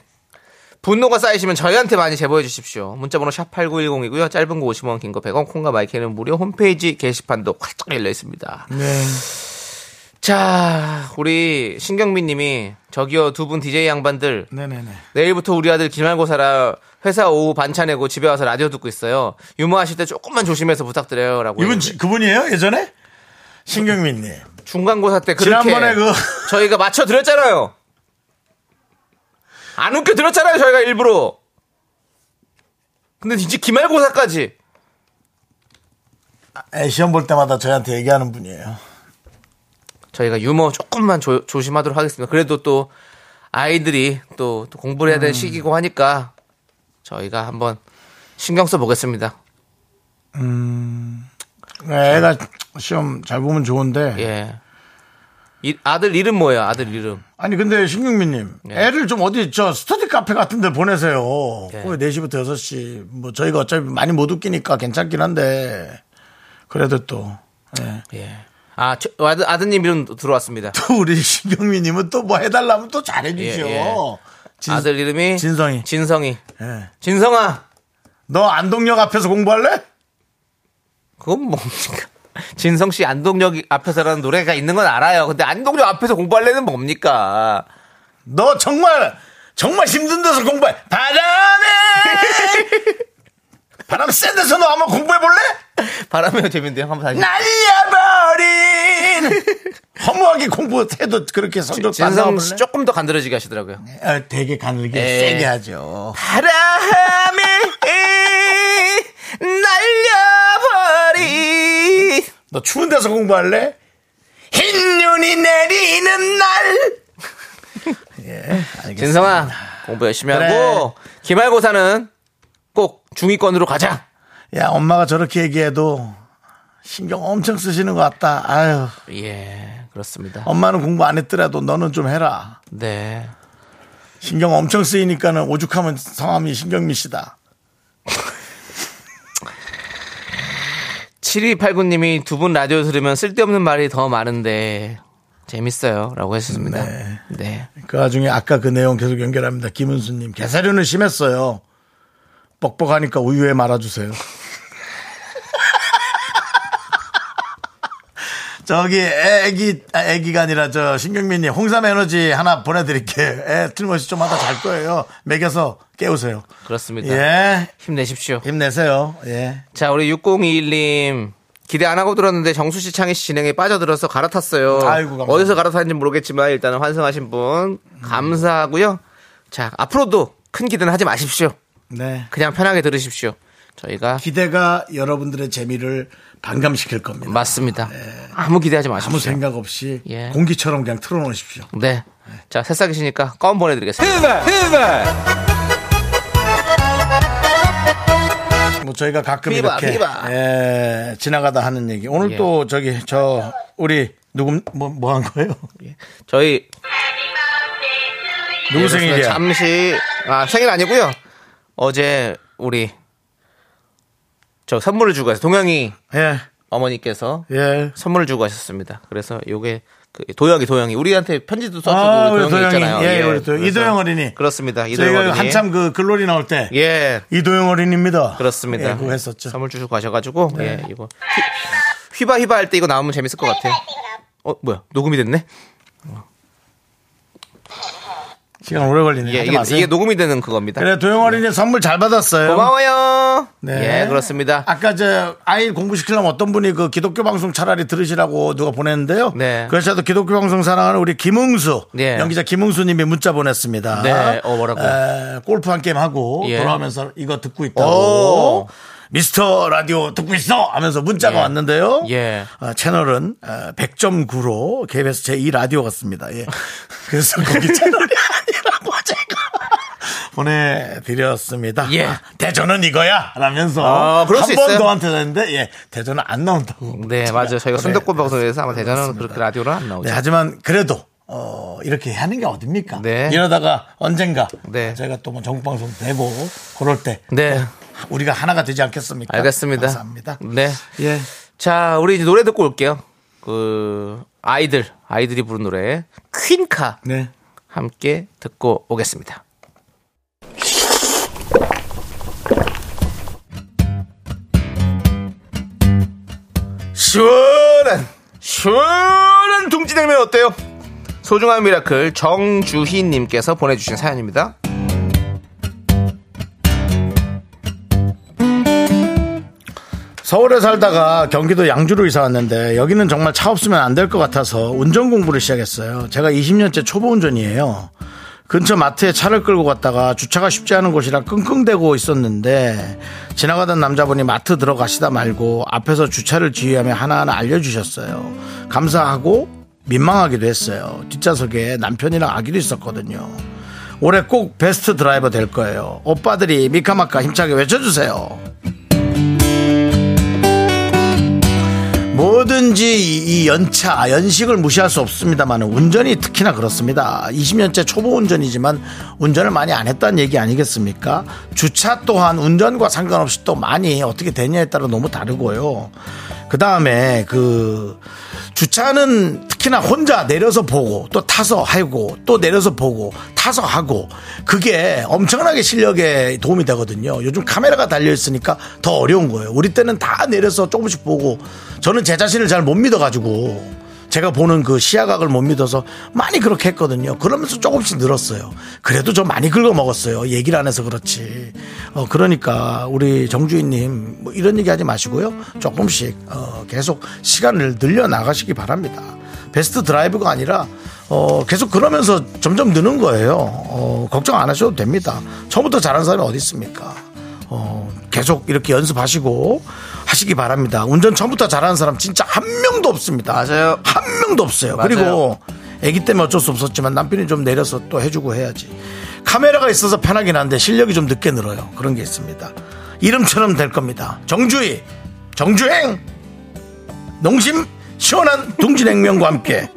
분노가 쌓이시면 저희한테 많이 제보해 주십시오. 문자번호 샵 8910이고요. 짧은 거 50원, 긴 거 100원, 콩과 마이크는 무료 홈페이지 게시판도 활짝 열려 있습니다.
네.
자, 우리 신경민 님이 저기요 두 분 DJ 양반들
네네네.
내일부터 우리 아들 기말고사라 회사 오후 반차 내고 집에 와서 라디오 듣고 있어요. 유머하실 때 조금만 조심해서 부탁드려요. 라고.
이분
했는데
지- 그분이에요 예전에 신경민님.
중간고사 때 그렇게
지난번에 그-
저희가 맞춰드렸잖아요. 안 웃겨드렸잖아요. 저희가 일부러. 근데 이제 기말고사까지.
애 아, 시험 볼 때마다 저희한테 얘기하는 분이에요.
저희가 유머 조금만 조, 조심하도록 하겠습니다. 그래도 또 아이들이 또, 또
음.
공부를 해야 되는 시기고 하니까 저희가 한번 신경 써보겠습니다.
네, 애가 시험 잘 보면 좋은데.
예. 이- 아들 이름 뭐예요? 아들 이름.
아니 근데 신경민님
예.
애를 좀 어디 저 스터디 카페 같은데 보내세요.
예.
거의 4시부터 6시 뭐 저희가 어차피 많이 못 웃기니까 괜찮긴 한데 그래도 또. 예.
예. 아, 저- 아드, 아드님 이름 들어왔습니다.
또 우리 신경민님은 또 뭐 해달라면 또 잘해주시오.
예, 예.
진-
아들 이름이
진성이.
진성이.
예.
진성아.
너 안동역 앞에서 공부할래?
그건 뭡니까? 진성 씨 안동역 앞에서라는 노래가 있는 건 알아요. 근데 안동역 앞에서 공부할래는 뭡니까?
너 정말 정말 힘든 데서 공부해. 바람에 바람 센 데서 너 한번 공부해 볼래?
바람이 재밌는데요. 한번 다시.
날려버린 허무하게 공부해도 그렇게 성적도 안
진성 씨
나올래?
조금 더 간드러지게 하시더라고요.
네,
아, 되게 가늘게
예.
세게 하죠.
바람이 날려버린
너 추운 데서 공부할래? 흰 눈이 내리는 날. 알겠습니다.
진성아 공부 열심히
그래.
하고 기말고사는 꼭 중위권으로 가자.
야, 엄마가 저렇게 얘기해도 신경 엄청 쓰시는 것 같다. 아유,
예 그렇습니다.
엄마는 공부 안 했더라도 너는 좀 해라.
네.
신경 엄청 쓰이니까는 오죽하면 성함이 신경미 씨다.
7289님이 두 분 라디오 들으면 쓸데없는 말이 더 많은데 재밌어요 라고 했습니다.
네.
네.
그 와중에 아까 그 내용 계속 연결합니다. 김은수님, 개사료는 심했어요. 뻑뻑하니까 우유에 말아주세요. 저기 애기 아, 애기가 아니라 저 신경민님 홍삼 에너지 하나 보내드릴게요. 애 틀림없이 좀 하다 잘 거예요. 먹여서 깨우세요.
그렇습니다.
예,
힘내십시오.
힘내세요. 예.
자 우리 6021님 기대 안 하고 들었는데 정수 씨 창희 씨 진행에 빠져들어서 갈아탔어요.
아이고, 감사합니다.
어디서 갈아탔는지 모르겠지만 일단은 환승하신 분 감사하고요. 자 앞으로도 큰 기대는 하지 마십시오.
네.
그냥 편하게 들으십시오. 저희가
기대가 여러분들의 재미를 반감시킬 겁니다.
맞습니다. 아무 기대하지 마십시오.
네. 아무 생각 없이
예.
공기처럼 그냥 틀어놓으십시오.
네. 자, 새싹이시니까 껌 보내드리겠습니다.
뭐 저희가 가끔
피바,
이렇게
피바.
예, 지나가다 하는 얘기. 오늘
예.
또 저기 저 우리 누구 뭐뭐 한 거예요?
저희
누구
그렇습니다.
생일이야?
잠시 아 생일 아니고요. 어제 우리 저 선물을 주고 가서 동양이
예.
어머니께서
예.
선물을 주고 가셨습니다. 그래서 요게 그 도영이 도영이 우리한테 편지도 써주고
아,
우리
우리
도영이
도영이.
있잖아요.
예, 우리 도영.
그래서
이도영 어린이.
그렇습니다. 이도영 어린이
저희가 한참 그 글로리 나올 때
예
이도영 어린입니다.
그렇습니다.
예, 그거 했었죠. 네.
선물 주시고 가셔가지고 예 이거 휘, 바 휘바 할 때 이거 나오면 재밌을 것 같아요. 어 뭐야 녹음이 됐네?
시간 오래 걸리네.
예
하지
이게,
마세요.
이게 녹음이 되는 그겁니다.
그래 도영 어린이 선물 잘 받았어요.
고마워요.
네.
예 그렇습니다.
아까 저 아이 공부시키려면 어떤 분이 그 기독교 방송 차라리 들으시라고 누가 보냈는데요.
네.
그래서도 기독교 방송 사랑하는 우리 김흥수
네.
연기자 김흥수님이 문자 보냈습니다.
네, 어, 뭐라고?
에, 골프 한 게임 하고
예.
돌아오면서 이거 듣고 있다고.
오.
미스터 라디오 듣고 있어 하면서 문자가
예.
왔는데요.
예.
어, 채널은 100.9로 KBS 제2 라디오 같습니다. 예. 그래서 거기 채널이 아니라고 제가 보내드렸습니다.
예.
아, 대전은 이거야 라면서
아, 그럴
한
수
번
있어요.
더 한테 했는데 예, 대전은 안 나온다고.
네, 맞아요. 저희가 순덕골 방송에서 아마 대전은 그렇게 라디오를 안
네,
나오죠.
하지만 그래도 어, 이렇게 하는 게 어딥니까?
네.
이러다가 언젠가
네.
저희가 또뭐 전국방송 되고 그럴 때
네,
우리가 하나가 되지 않겠습니까?
알겠습니다.
감사합니다.
네.
예.
자, 우리 이제 노래 듣고 올게요. 그, 아이들, 아이들이 부른 노래, 퀸카.
네.
함께 듣고 오겠습니다. 시원한 시원한 둥지냉면 어때요? 소중한 미라클 정주희님께서 보내주신 사연입니다.
서울에 살다가 경기도 양주로 이사 왔는데 여기는 정말 차 없으면 안 될 것 같아서 운전 공부를 시작했어요. 제가 20년째 초보 운전이에요. 근처 마트에 차를 끌고 갔다가 주차가 쉽지 않은 곳이라 끙끙대고 있었는데 지나가던 남자분이 마트 들어가시다 말고 앞에서 주차를 지휘하며 하나하나 알려주셨어요. 감사하고 민망하기도 했어요. 뒷좌석에 남편이랑 아기도 있었거든요. 올해 꼭 베스트 드라이버 될 거예요. 오빠들이 미카마카 힘차게 외쳐주세요. 뭐든지 이, 이 연차, 연식을 무시할 수 없습니다만 운전이 특히나 그렇습니다. 20년째 초보 운전이지만 운전을 많이 안 했다는 얘기 아니겠습니까? 주차 또한 운전과 상관없이 또 많이 어떻게 되냐에 따라 너무 다르고요. 그 다음에 그 주차는 특히나 혼자 내려서 보고 또 타서 하고 또 내려서 보고 타서 하고 그게 엄청나게 실력에 도움이 되거든요. 요즘 카메라가 달려 있으니까 더 어려운 거예요. 우리 때는 다 내려서 조금씩 보고 저는 제 자신을 잘 못 믿어가지고 제가 보는 그 시야각을 못 믿어서 많이 그렇게 했거든요. 그러면서 조금씩 늘었어요. 그래도 저 많이 긁어 먹었어요. 얘기를 안 해서 그렇지. 어, 그러니까 우리 정주인님 뭐 이런 얘기 하지 마시고요. 조금씩 어, 계속 시간을 늘려 나가시기 바랍니다. 베스트 드라이브가 아니라 어, 계속 그러면서 점점 느는 거예요. 어, 걱정 안 하셔도 됩니다. 처음부터 잘한 사람이 어디 있습니까? 어, 계속 이렇게 연습하시고 하시기 바랍니다. 운전 처음부터 잘하는 사람 진짜 한 명도 없습니다.
맞아요.
한 명도 없어요.
맞아요.
그리고 애기 때문에 어쩔 수 없었지만 남편이 좀 내려서 또 해주고 해야지. 카메라가 있어서 편하긴 한데 실력이 좀 늦게 늘어요. 그런 게 있습니다. 이름처럼 될 겁니다. 정주희, 정주행, 농심 시원한 둥지냉면과 함께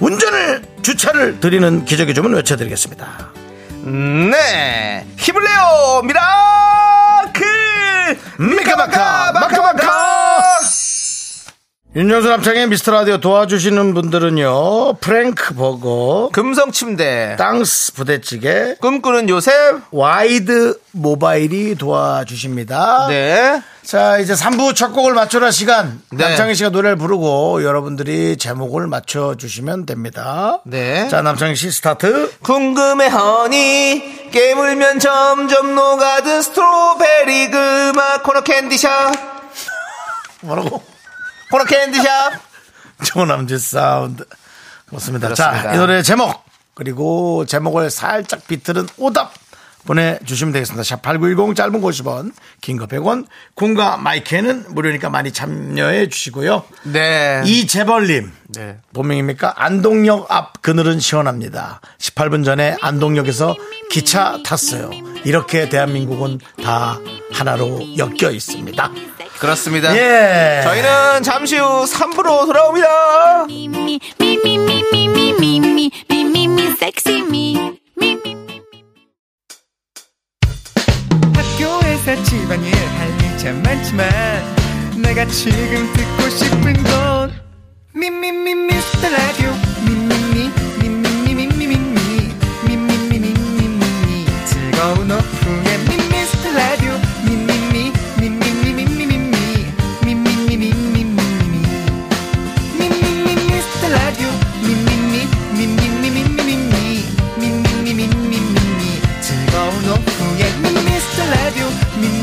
운전을 주차를 드리는 기적의 주문 외쳐드리겠습니다.
네 힘을 내요 미라클
미카마카 마카마카 윤정수 남창의 미스터라디오 도와주시는 분들은요 프랭크 버거
금성 침대
땅스 부대찌개
꿈꾸는 요셉
와이드 모바일이 도와주십니다
네
자 이제 3부 첫 곡을 맞춰라 시간
네.
남창희 씨가 노래를 부르고 여러분들이 제목을 맞춰주시면 됩니다
네.
자 남창희 씨 스타트
궁금해 허니 깨물면 점점 녹아든 스트로베리 그마 코너 캔디샵
뭐라고?
코너 캔디샵
조남지 사운드 그렇습니다.
그렇습니다.
자, 이 노래 제목 그리고 제목을 살짝 비틀은 오답 보내주시면 되겠습니다. 샵 8910 짧은 거 50원 긴 거 100원 공과 마이크는 무료니까 많이 참여해 주시고요.
네
이재벌님
네.
본명입니까? 안동역 앞 그늘은 시원합니다. 18분 전에 안동역에서 기차 탔어요. 이렇게 대한민국은 다 하나로 엮여 있습니다.
그렇습니다
예.
저희는 잠시 후 3부로 돌아옵니다
미미 미미 미미 미미 미미 미미 섹시 미
학교에서 집안일 할 일 참 많지만 내가 지금 듣고 싶은 건 미미미 미스터 라디오 미미미 미미미 미미미 미미미 미미미 즐거운 오후에 미스터 라디오 미미미 미미미 미미미 미미미 미미미 미미미 미스터 라디오 미미미 미미미 미미미 미미미 미미미 즐거운 오후에 미스터 라디오 미미미 미미미 미미미 미미미 미미미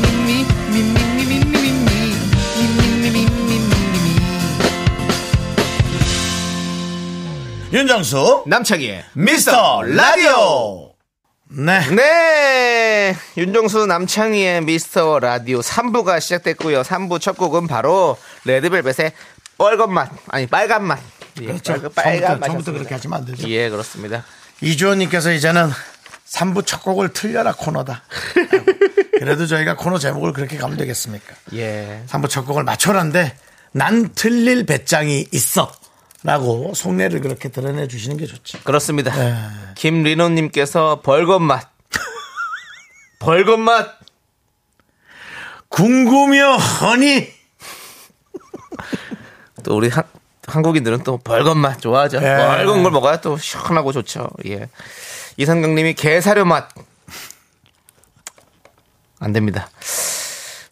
윤정수
남창희의
미스터 라디오. 네.
네 윤정수 남창희의 미스터 라디오 3부가 시작됐고요 3부 첫 곡은 바로 레드벨벳의 빨간맛 아니 빨간맛 예, 빨간-
그렇죠. 처음부터, 처음부터
맛이었습니다.
그렇게 하시면 안 되죠.
예 그렇습니다
이주원님께서 이제는 3부 첫 곡을 틀려라 코너다. 아이고, 그래도 저희가 코너 제목을 그렇게 가면 되겠습니까?
예
3부 첫 곡을 맞춰라인데 난 틀릴 배짱이 있어. 라고 속내를 그렇게 드러내 주시는 게 좋지.
그렇습니다. 네. 김리노님께서 벌건맛. 벌건맛.
궁금여 허니.
또 우리 한, 한국인들은 또 벌건맛 좋아하죠.
예.
벌건 걸 먹어야 또 시원하고 좋죠. 예. 이상경님이 게사료맛. 안 됩니다.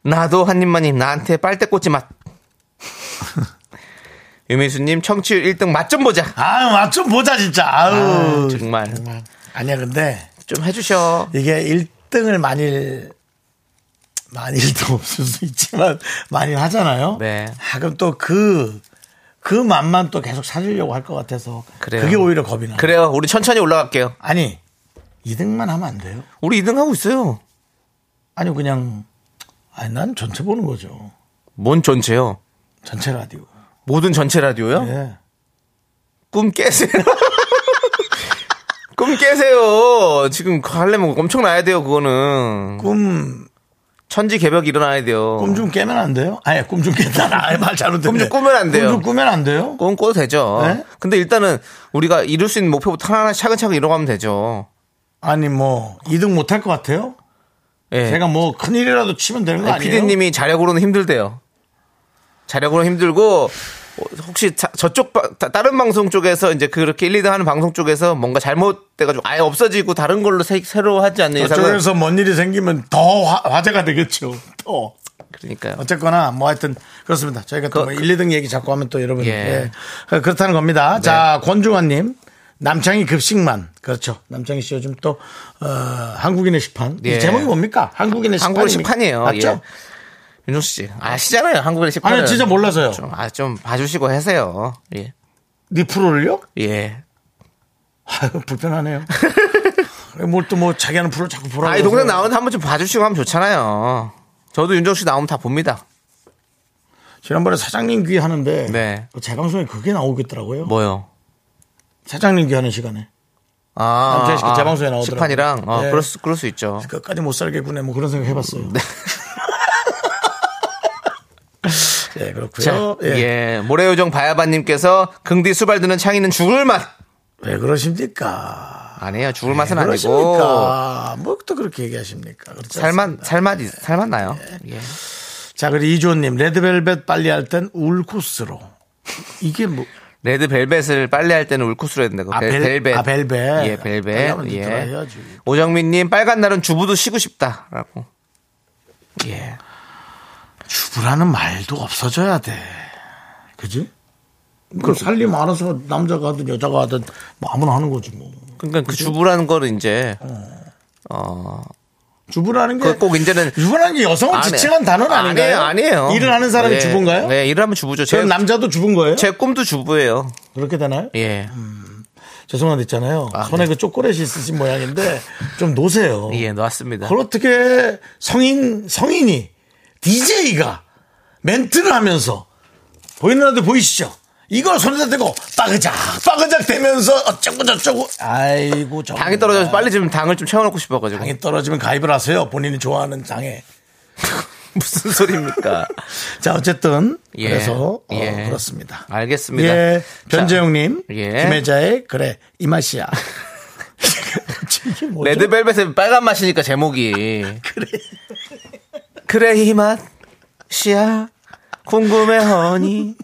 나도 한 입만이 나한테 빨대꽂이 맛. 유미수님 청취율 1등 맛 좀 보자.
아유, 맛좀 보자, 진짜. 아유.
아, 정말
정말. 아니야, 근데
좀 해주셔.
이게 1등을 만일 만일도 없을 수 있지만 만일 하잖아요.
네.
아, 그럼 또 그, 그 맛만 또 계속 찾으려고 할 것 같아서
그래요.
그게 오히려 겁이 나. 요
그래요. 우리 천천히 올라갈게요.
아니 2등만 하면 안 돼요.
우리 2등 하고 있어요.
아니 그냥 아니 난 전체 보는 거죠.
뭔 전체요?
전체 라디오.
모든 전체 라디오요?
예.
꿈 깨세요. 꿈 깨세요. 지금 하려면 엄청 나야 돼요, 그거는.
꿈,
천지 개벽 일어나야 돼요.
꿈 좀 깨면 안 돼요? 아니, 꿈 좀 깼다. 아니, 말 잘못했네.
꿈좀 꾸면 안 돼요.
꿈좀 꾸면 안 돼요?
꿈 꿔도 되죠.
네?
근데 일단은 우리가 이룰 수 있는 목표부터 하나하나 차근차근 이뤄가면 되죠.
아니, 뭐, 2등 못 할 것 같아요?
예.
제가 뭐, 큰일이라도 치면 되는 거
네,
아니에요?
피디님이 자력으로는 힘들대요. 자력으로는 힘들고 어, 혹시 자- 저쪽 바- 다- 다른 방송 쪽에서 이제 그렇게 1, 2등 하는 방송 쪽에서 뭔가 잘못돼가지고 아예 없어지고 다른 걸로 새, 새로 하지 않는 이상은
저쪽에서 뭔 일이 생기면 더 화, 제가 되겠죠. 더.
그러니까요.
어쨌거나 뭐 하여튼 그렇습니다. 저희가 또뭐
그-
1, 2등 얘기 자꾸 하면 또 여러분
예. 네.
예. 그렇다는 겁니다. 자 권중환님 남창희 급식만 그렇죠. 남창희 씨 요즘 또 어, 한국인의 식판 이
예.
제목이 뭡니까? 한국인의 식판
한국의 식판이에요.
맞죠?
예. 윤종수 씨 아시잖아요. 한국의 식판.
아니, 진짜 몰라서요.
좀, 아, 좀 봐주시고 하세요. 예.
네 프로를요?
예.
아유, 불편하네요. 뭘 또 뭐 자기 하는 프로 자꾸 보라고.
아이 동생
그러세요.
나오는데 한번 좀 봐주시고 하면 좋잖아요. 저도 윤종수 씨 나오면 다 봅니다.
지난번에 사장님 귀 하는데
네.
제 방송에 그게 나오겠더라고요.
뭐요?
사장님 귀 하는 시간에
아,
남자 시계 그 재방송에 나오더라고요.
시판이랑 어,
네.
그럴 수 그럴 수 있죠.
끝까지 못 살겠구나 뭐 그런 생각 해봤어요. 네,
자,
그렇고요. 예.
예. 모래요정 바야바님께서 긍디 수발드는 창의는 죽을 맛.
왜 그러십니까?
아니에요. 죽을 맛은
왜
아니고.
그러십니까? 뭐또 그렇게 얘기하십니까? 그렇지
살맛
않습니다.
살맛 살맛 나요. 예.
자 그리고 이조님 레드벨벳 빨리 할 땐 울코스로 이게 뭐?
레드 벨벳을 빨래 할 때는 울코스로 해야 된다고.
아,
벨-
벨-
벨벳.
아, 벨벳.
예,
빨리
벨벳.
하면
예.
들어야 해야지.
오정민님, 빨간 날은 주부도 쉬고 싶다라고. 예.
주부라는 말도 없어져야 돼. 그지? 그 살림 알아서 남자가 하든 여자가 하든 뭐 아무나 하는 거지 뭐.
그러니까 그 주부라는 거를 이제 어
주부라는
그거
게
꼭 이제는
주부라는 게 여성을
안 해.
네. 지칭한 단어는 아닌가요?
아니에요, 아니에요.
일을 하는 사람이
네,
주부인가요?
네, 일을 하면 주부죠. 제,
저는 남자도 주부인 거예요?
제 꿈도 주부예요.
그렇게 되나요?
예,
죄송한데 있잖아요. 손에 그 초콜릿이 있으신 모양인데 좀 놓으세요.
네. 예, 놓았습니다.
그걸 어떻게 성인, 성인이, DJ가 멘트를 하면서 보이는 라도 보이시죠? 이걸 손에다 대고 빠그작, 빠그작 대면서 어쩌고저쩌고. 아이고, 저.
당이 떨어져서 빨리 좀 당을 좀 채워놓고 싶어가지고
그러니까. 당이 떨어지면 가입을 하세요. 본인이 좋아하는 당에.
무슨 소리입니까?
자, 어쨌든.
예.
그래서, 어,
예.
그렇습니다.
알겠습니다.
예.
자,
변재용님.
예.
김혜자의, 그래, 이 맛이야. 이게 뭐죠?
레드벨벳의 빨간 맛이니까 제목이 그래 그래 이맛 시야 궁금해 허니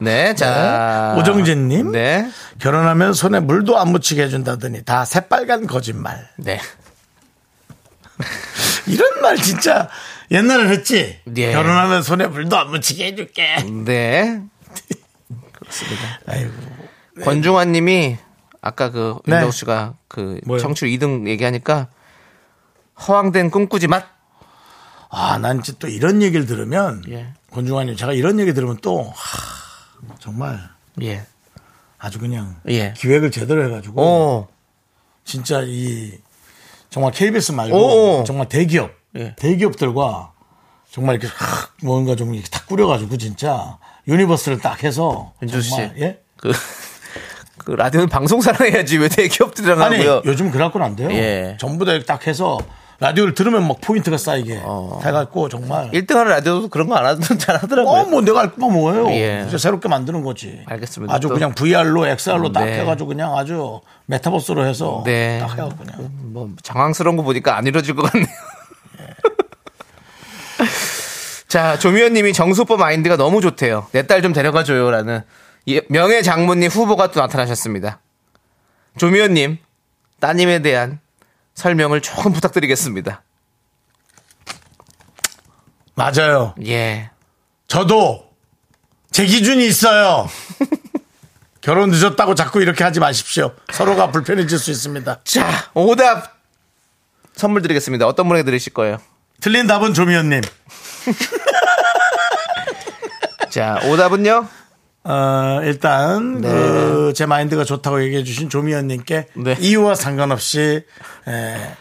네, 네자
네. 오정진님.
네
결혼하면 손에 물도 안 묻히게 해준다더니 다 새빨간 거짓말.
네.
이런 말 진짜 옛날에 했지.
예.
결혼하면 손에 물도 안 묻히게 해줄게.
네.
아이고.
권중환 님이 아까 그
네.
윤정수 씨가 그
뭐요?
청출 2등 얘기하니까 허황된 꿈꾸지 맛.
아, 난 이제 또 이런 얘기를 들으면
예.
권중환님 제가 이런 얘기 들으면 또 하, 정말
예.
아주 그냥
예. 어.
기획을 제대로 해가지고
오.
진짜 이 정말 KBS 말고
오.
정말 대기업
어, 예.
대기업들과 정말 이렇게 확 뭔가 좀 이렇게 탁 꾸려가지고 진짜 유니버스를 딱 해서
윤정수 씨.
정말, 예?
그, 그 라디오는 방송사랑 해야지 왜 대기업들이랑
아니
하고요.
요즘 그래갖고는 안 돼요.
예.
전부 다 딱 해서 라디오를 들으면 막 포인트가 쌓이게
어.
해갖고 정말
1등 하는 라디오도 그런 거 안 하던 잘 하더라고요.
어뭐 내가 알바 뭐예요.
예.
이제 새롭게 만드는 거지.
알겠습니다.
아주
또-
그냥 VR로 XR로 딱
네.
해가지고 그냥 아주 메타버스로 해서
네.
딱 해갖고 그냥
뭐 장황스러운 거 보니까 안 이루어질 것 같네요.
예.
자, 조미연 님이 정수 오빠 마인드가 너무 좋대요. 내 딸 좀 데려가 줘요라는 예, 명예 장모님 후보가 또 나타나셨습니다. 조미연 님, 따님에 대한 설명을 조금 부탁드리겠습니다.
맞아요.
예.
저도 제 기준이 있어요. 결혼 늦었다고 자꾸 이렇게 하지 마십시오. 서로가 불편해질 수 있습니다.
자, 오답 선물 드리겠습니다. 어떤 분에게 드리실 거예요?
틀린 답은 조미연님.
자, 오답은요?
어, 일단 그, 제 마인드가 좋다고 얘기해 주신 조미연님께
네.
이유와 상관없이 에,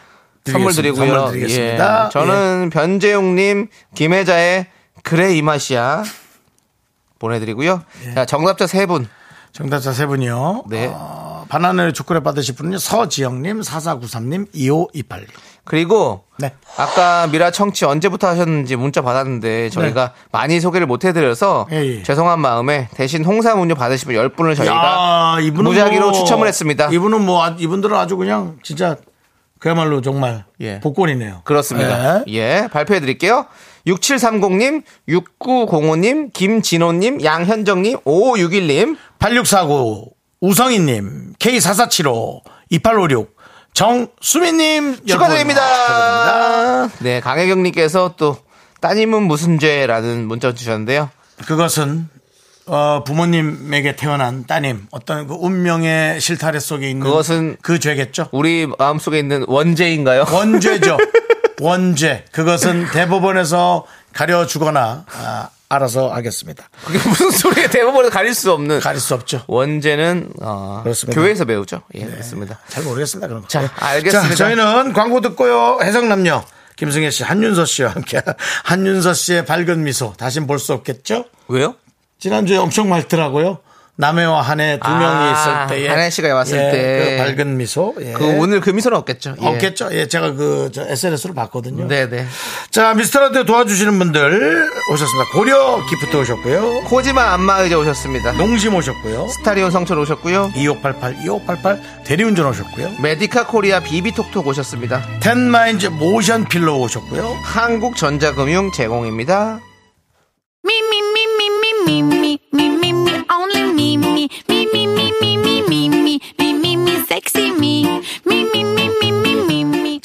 선물
드리겠습니다.
드리고요.
선물 드리겠습니다.
예. 저는 변재용님, 김혜자의 그래 이 맛이야 보내드리고요. 자 정답자 세 분.
예. 정답자 세 분이요.
네.
어, 바나나를 초콜릿 받으실 분은요. 서지영님, 4493님, 2528님.
그리고
네.
아까 미라 청취 언제부터 하셨는지 문자 받았는데 저희가 많이 소개를 못 해드려서
네. 예, 예.
죄송한 마음에 대신 홍삼 음료 받으시면 10분을 저희가
야, 이분은
네, 무작위로
뭐,
추첨을 했습니다.
이분은 뭐 아, 이분들은 아주 그냥 진짜 그야말로 정말
예.
복권이네요.
그렇습니다.
예.
예, 발표해 드릴게요. 6730님, 6905님, 김진호님, 양현정님, 5561님,
8649 우성희님, K4475, 2856 정수민님
축하드립니다. 네, 강혜경님께서 또 따님은 무슨 죄라는 문자 주셨는데요.
그것은 어, 부모님에게 태어난 따님 어떤 그 운명의 실타래 속에 있는
그것은
그 죄겠죠.
우리 마음속에 있는 원죄인가요?
원죄죠. 원죄. 그것은 대법원에서 가려 주거나 아, 알아서 하겠습니다.
그게 무슨 소리예요? 대법원에서 가릴 수 없는
가릴 수 없죠.
원죄는 어,
그렇습니다.
교회에서 배우죠. 예, 그렇습니다.
잘 모르겠습니다. 그럼.
자, 알겠습니다.
자, 저희는 광고 듣고요. 해성남녀 김승혜 씨, 한윤서 씨와 함께 한윤서 씨의 밝은 미소 다신 볼 수 없겠죠?
왜요?
지난주에 엄청 많더라고요. 남해와 한해 두
아,
명이 있을 때에
한혜 씨가 왔을
예,
때.
그 밝은 미소 예.
그 오늘 그 미소는 없겠죠. 예.
없겠죠? 예, 제가 그 SNS로 봤거든요.
네네.
자, 미스터라디오 도와주시는 분들 오셨습니다. 고려 기프트 오셨고요.
코지마 안마 의자 오셨습니다.
농심 오셨고요.
스타리온 성철 오셨고요.
2588, 2588 대리운전 오셨고요.
메디카 코리아 비비톡톡 오셨습니다.
텐마인즈 모션 필로 오셨고요.
한국전자금융 제공입니다.
Me, me, me, me, me, me, me, me, me, me, only me, me, me, me, me, me, me, me, me, me, me, me, sexy me, me, me, me, me, me, me, me.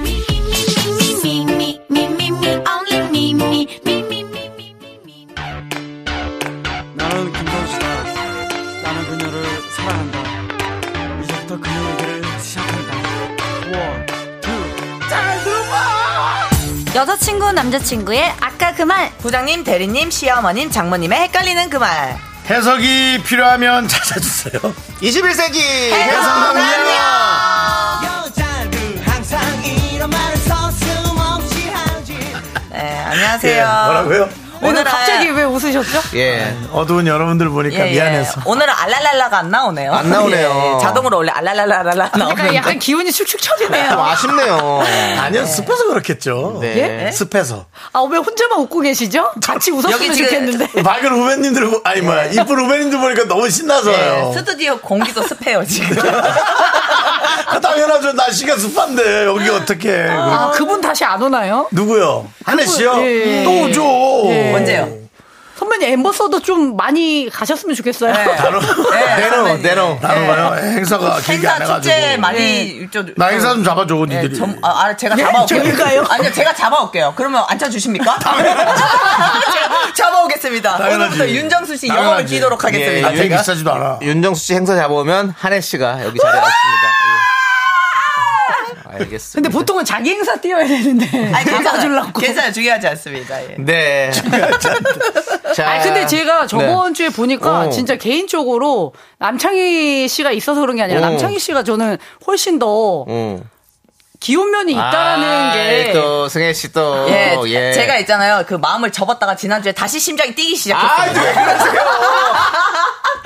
Me, me, me, me, me, me, me, me, only me, me, me, me, me, me, me, me.
나는 김선수다. 나는 그녀를 사랑한다. 이제부터 그녀 얘기를 시작한다. 원, 투.
여자친구 남자친구의 아까 그 말
부장님, 대리님, 시어머님, 장모님의 헷갈리는 그 말.
해석이 필요하면 찾아주세요.
21세기
네,
여자는 항상 이런 말을 서슴없이 하지
네,
예,
안녕하세요.
뭐라고요?
오늘
갑자기 왜 웃으셨죠?
예.
어두운 여러분들 보니까 미안해서.
예, 오늘 알랄랄라가 안 나오네요. 예,
안 나오네요.
자동으로 원래 알랄랄랄라
약간,
나오는데.
약간 기운이 축축 처지네요.
좀 아쉽네요.
아니요, 습해서 그렇겠죠.
네. 예?
습해서.
아, 왜 혼자만 웃고 계시죠? 같이 웃었으면
여기 지금-
좋겠는데.
밝은 후배님들, 보- 아니, 뭐야, 이쁜 후배님들 보니까 너무 신나서요.
네, 예. 스튜디오 공기도 습해요, 지금.
아, 당연하죠. 날씨가 습한데, 여기 어떻게.
아, 그분 다시 안 오나요?
누구요? 한혜 씨요?
예.
또 오죠.
언제요?
선배님 엠버서도 좀 많이 가셨으면 좋겠어요.
네.
바로,
내로,
예, 선배님. 예.
내로.
나눠봐요. 행사가 길게 안
행사 축제
해가지고. 예.
많이 좀-
나 행사 좀 잡아줘,
네,
니들이.
점- 아, 아, 제가 잡아올게요.
저희가요?
아니요, 제가 잡아올게요. 그러면 앉혀주십니까? 제가 잡아오겠습니다.
당연하지.
오늘부터 윤정수 씨
당연하지.
영업을 뛰도록 하겠습니다.
아, 되게 비싸지도 않아.
윤정수 씨 행사 잡아오면 한혜 씨가 여기 자리에 앉습니다.
아!
예. 알겠습니다.
근데 보통은 자기 행사 뛰어야 되는데.
아니,
사
괜찮아요.
주려고.
괜찮아요. 중요하지 않습니다. 예.
네. 자.
아니, 근데 제가 저번 주에 보니까
어.
진짜 개인적으로 남창희 씨가 있어서 그런 게 아니라
어.
남창희 씨가 저는 훨씬 더
어.
기운 면이 있다는
아,
게.
또 승혜 씨 또.
예, 제가 있잖아요. 그 마음을 접었다가 지난주에 다시 심장이 뛰기
아,
시작했어요.
이제 왜 그러세요?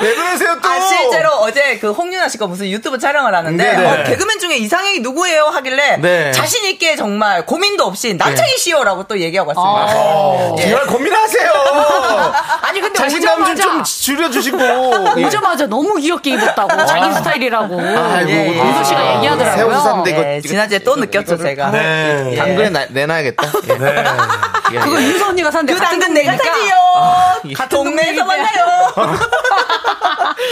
왜 그러세요 또?
아, 실제로 어제 그 홍윤아 씨가 무슨 유튜브 촬영을 하는데
네네.
어, 개그맨 중에 이상형이 누구예요 하길래
네.
자신 있게 정말 고민도 없이 남창희 씨요라고 또 얘기하고 왔습니다.
어.
아,
예.
정말 고민하세요.
아니, 근데
자신감 좀,
오자마자.
좀 줄여주시고. 예. 아.
오자마자 너무 귀엽게 입었다고. 자기 스타일이라고.
아이고,
예, 예.
윤서 씨가 얘기하더라고요. 예,
새우 수산데 이거. 음,
네, 지난주에 또 느꼈죠 제가.
네.
당근에 나- 내놔야겠다. 예. 예,
그거
예.
윤서 언니가 산데
그 당근 내가
동네니까.
사지요.
아,
같은 동네이니까.
동네에서
어.
만나요.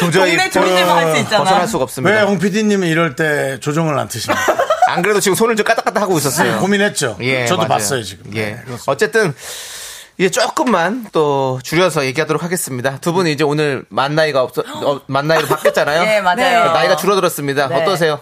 도저히
동네 조리님만 할수 있잖아.
벗어날 수가 없습니다.
네,
왜 홍 PD님이 이럴 때 조정을 안 트십니까?
안 그래도 지금 손을 좀 까딱까딱 하고 있었어요.
고민했죠.
예,
저도
맞아요.
봤어요 지금.
예.
네, 그렇습니다.
어쨌든 이제 조금만 또 줄여서 얘기하도록 하겠습니다. 두 분이 이제 오늘 만 나이가 없어 어, 만 나이로 바뀌었잖아요.
예, 맞아요.
네. 나이가 줄어들었습니다.
네.
어떠세요?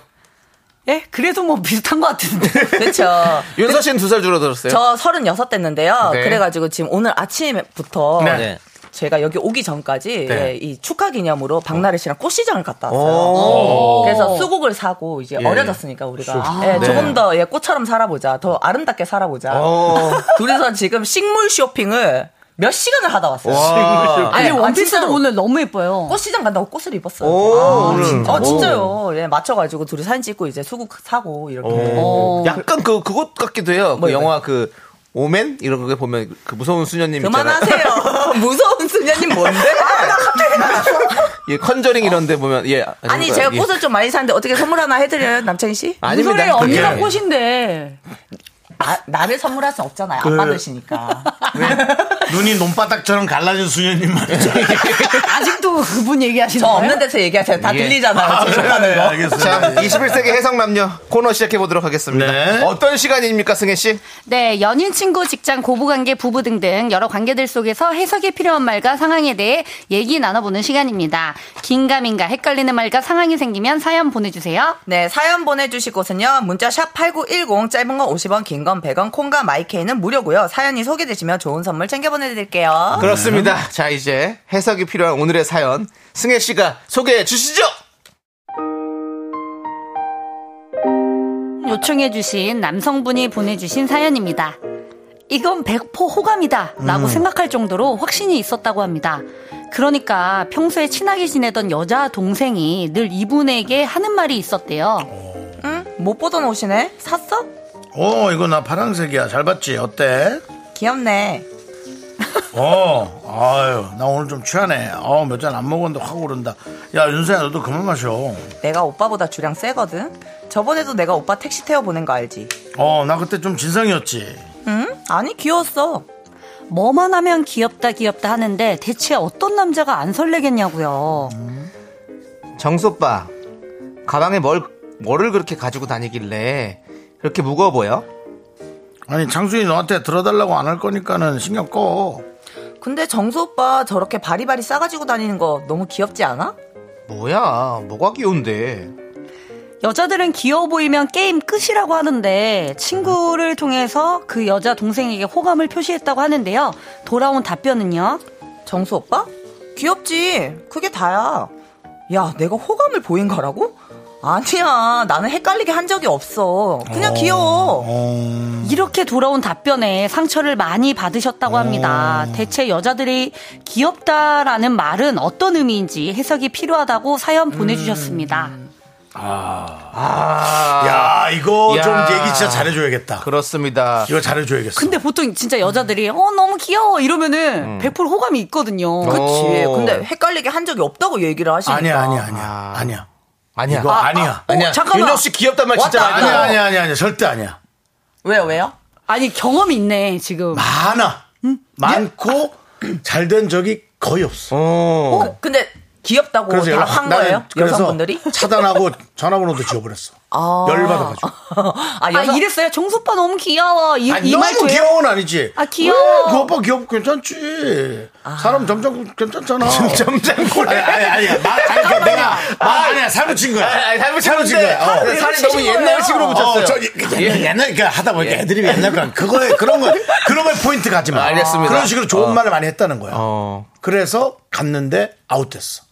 예? 그래도 뭐 비슷한 것 같은데.
그렇죠.
윤서 씨는 두 살 줄어들었어요.
저 36 됐는데요.
네.
그래가지고 지금 오늘 아침부터
네.
제가 여기 오기 전까지
네.
예, 이 축하 기념으로 박나래 씨랑 꽃시장을 갔다 왔어요.
오. 예,
그래서 수국을 사고 이제 어려졌으니까 우리가 예,
네.
조금 더 예, 꽃처럼 살아보자, 더 아름답게 살아보자.
어.
둘이서 지금 식물 쇼핑을 몇 시간을 하다 왔어요.
와.
아니, 원피스도
진짜로.
오늘 너무 예뻐요.
꽃시장 간다고 꽃을 입었어요.
오,
아,
오늘.
진짜.
오.
어, 진짜요. 예, 맞춰가지고 둘이 사진 찍고 이제 수국 사고 이렇게.
어.
약간 그 그것 같기도 해요. 그
뭐요?
영화 그 오맨 이런 거 보면 그 무서운 수녀님 있잖아요.
그만하세요. 무서운 수녀님 뭔데? 아, 나 갑자기
예, 컨저링 이런데 보면 예.
아니
정말,
제가
예.
꽃을 좀 많이 샀는데 어떻게 선물 하나 해드려요 남창희 씨?
아닙니다.
소리예요?
그렇게
언니가
그게-
꽃인데.
아, 나를 선물할 수 없잖아요.
그
안 받으시니까.
눈이 논바닥처럼 갈라진 수녀님 말이죠.
예.
아직도 그분 얘기하시는
저
거예요?
없는 데서 얘기하세요. 다
예.
들리잖아요. 지금 욕하는 거.
자, 21세기 해성 남녀 코너 시작해 보도록 하겠습니다.
네.
어떤 시간입니까, 승혜 씨?
네, 연인, 친구, 직장, 고부관계, 부부 등등 여러 관계들 속에서 해석이 필요한 말과 상황에 대해 얘기 나눠보는 시간입니다. 긴가민가 헷갈리는 말과 상황이 생기면 사연 보내주세요.
네, 사연 보내주실 곳은요. 문자 샵 8910, 짧은 건 50원, 긴 건 100원, 콩과 마이케이는 무료고요. 사연이 소개되시면 좋은 선물 챙겨 보내드릴게요.
그렇습니다. 자, 이제 해석이 필요한 오늘의 사연 승혜 씨가 소개해 주시죠.
요청해주신 남성분이 보내주신 사연입니다. 이건 100% 호감이다 라고
음.
생각할 정도로 확신이 있었다고 합니다. 그러니까 평소에 친하게 지내던 여자 동생이 늘 이분에게 하는 말이 있었대요.
못 보던 옷이네? 샀어?
어, 이거 나 파란색이야. 잘 봤지? 어때?
귀엽네.
어, 아유, 나 오늘 좀 취하네. 어, 몇 잔 안 먹었는데 확 오른다. 야, 윤서야, 너도 그만 마셔.
내가 오빠보다 주량 세거든? 저번에도 내가 오빠 택시 태워 보낸 거 알지?
어, 나 그때 좀 진상이었지.
응? 아니, 귀여웠어.
뭐만 하면 귀엽다 귀엽다 하는데 대체 어떤 남자가 안 설레겠냐고요.
정소빠 가방에 뭘 뭐를 그렇게 가지고 다니길래 그렇게 무거워 보여?
아니, 창순이 너한테 들어달라고 안 할 거니까는 신경 꺼.
근데 정수 오빠 저렇게 바리바리 싸가지고 다니는 거 너무 귀엽지 않아?
뭐야, 뭐가 귀여운데?
여자들은 귀여워 보이면 게임 끝이라고 하는데 친구를 통해서 그 여자 동생에게 호감을 표시했다고 하는데요. 돌아온 답변은요.
정수 오빠? 귀엽지. 그게 다야. 야, 내가 호감을 보인 거라고? 아니야. 나는 헷갈리게 한 적이 없어. 그냥 귀여워.
어,
이렇게 돌아온 답변에 상처를 많이 받으셨다고 합니다. 대체 여자들이 귀엽다라는 말은 어떤 의미인지 해석이 필요하다고 사연
음.
보내주셨습니다.
아,
야, 이거
야.
좀 얘기 진짜 잘해줘야겠다.
그렇습니다.
이거 잘해줘야겠어.
근데 보통 진짜 여자들이 어 너무 귀여워 이러면은 100% 호감이 있거든요.
어.
음. 그치. 근데 헷갈리게 한 적이 없다고 얘기를 하시니까.
아니야, 아니야, 아니야.
아.
아니야.
아니야.
이거 아니야.
어,
아니야.
잠깐만.
윤정 씨 귀엽단 말 진짜
왔다,
많이
아니야,
아니야.
아니야, 아니야, 아니야. 절대 아니야.
왜요, 왜요?
아니 경험이 있네 지금.
많아. 많고 잘 된 적이 거의 없어.
어.
그- 근데 귀엽다고
그래서 연락
다한
나는
거예요?
그래서
여성분들이?
차단하고 전화번호도 지워버렸어.
아.
열받아가지고.
아,
아
여성-
이랬어요. 정수 오빠 너무 귀여워. 이,
아니,
이
너무
말투예요?
귀여운 아니지.
아, 귀여워.
왜? 그 오빠 귀엽고 괜찮지. 사람 점점 괜찮잖아.
점점 고래.
아니, 아니, 아니야. 말, 아니, 그러니까 내가. 말 아니야. 잘못 친 거야.
아니, 잘못
잘못 친
쳤는데. 아,
거야. 어.
근데 살이 너무 옛날식으로 붙였어요. 예.
어, 저, 옛날, 옛날, 그러니까 하다 보니까
예.
애드립이 옛날 거야. 그거에, 그런 거, 그런 거에 포인트 가지 마.
알겠습니다.
그런 식으로 좋은
어.
말을 많이 했다는 거야.
어.
그래서 갔는데 아웃됐어.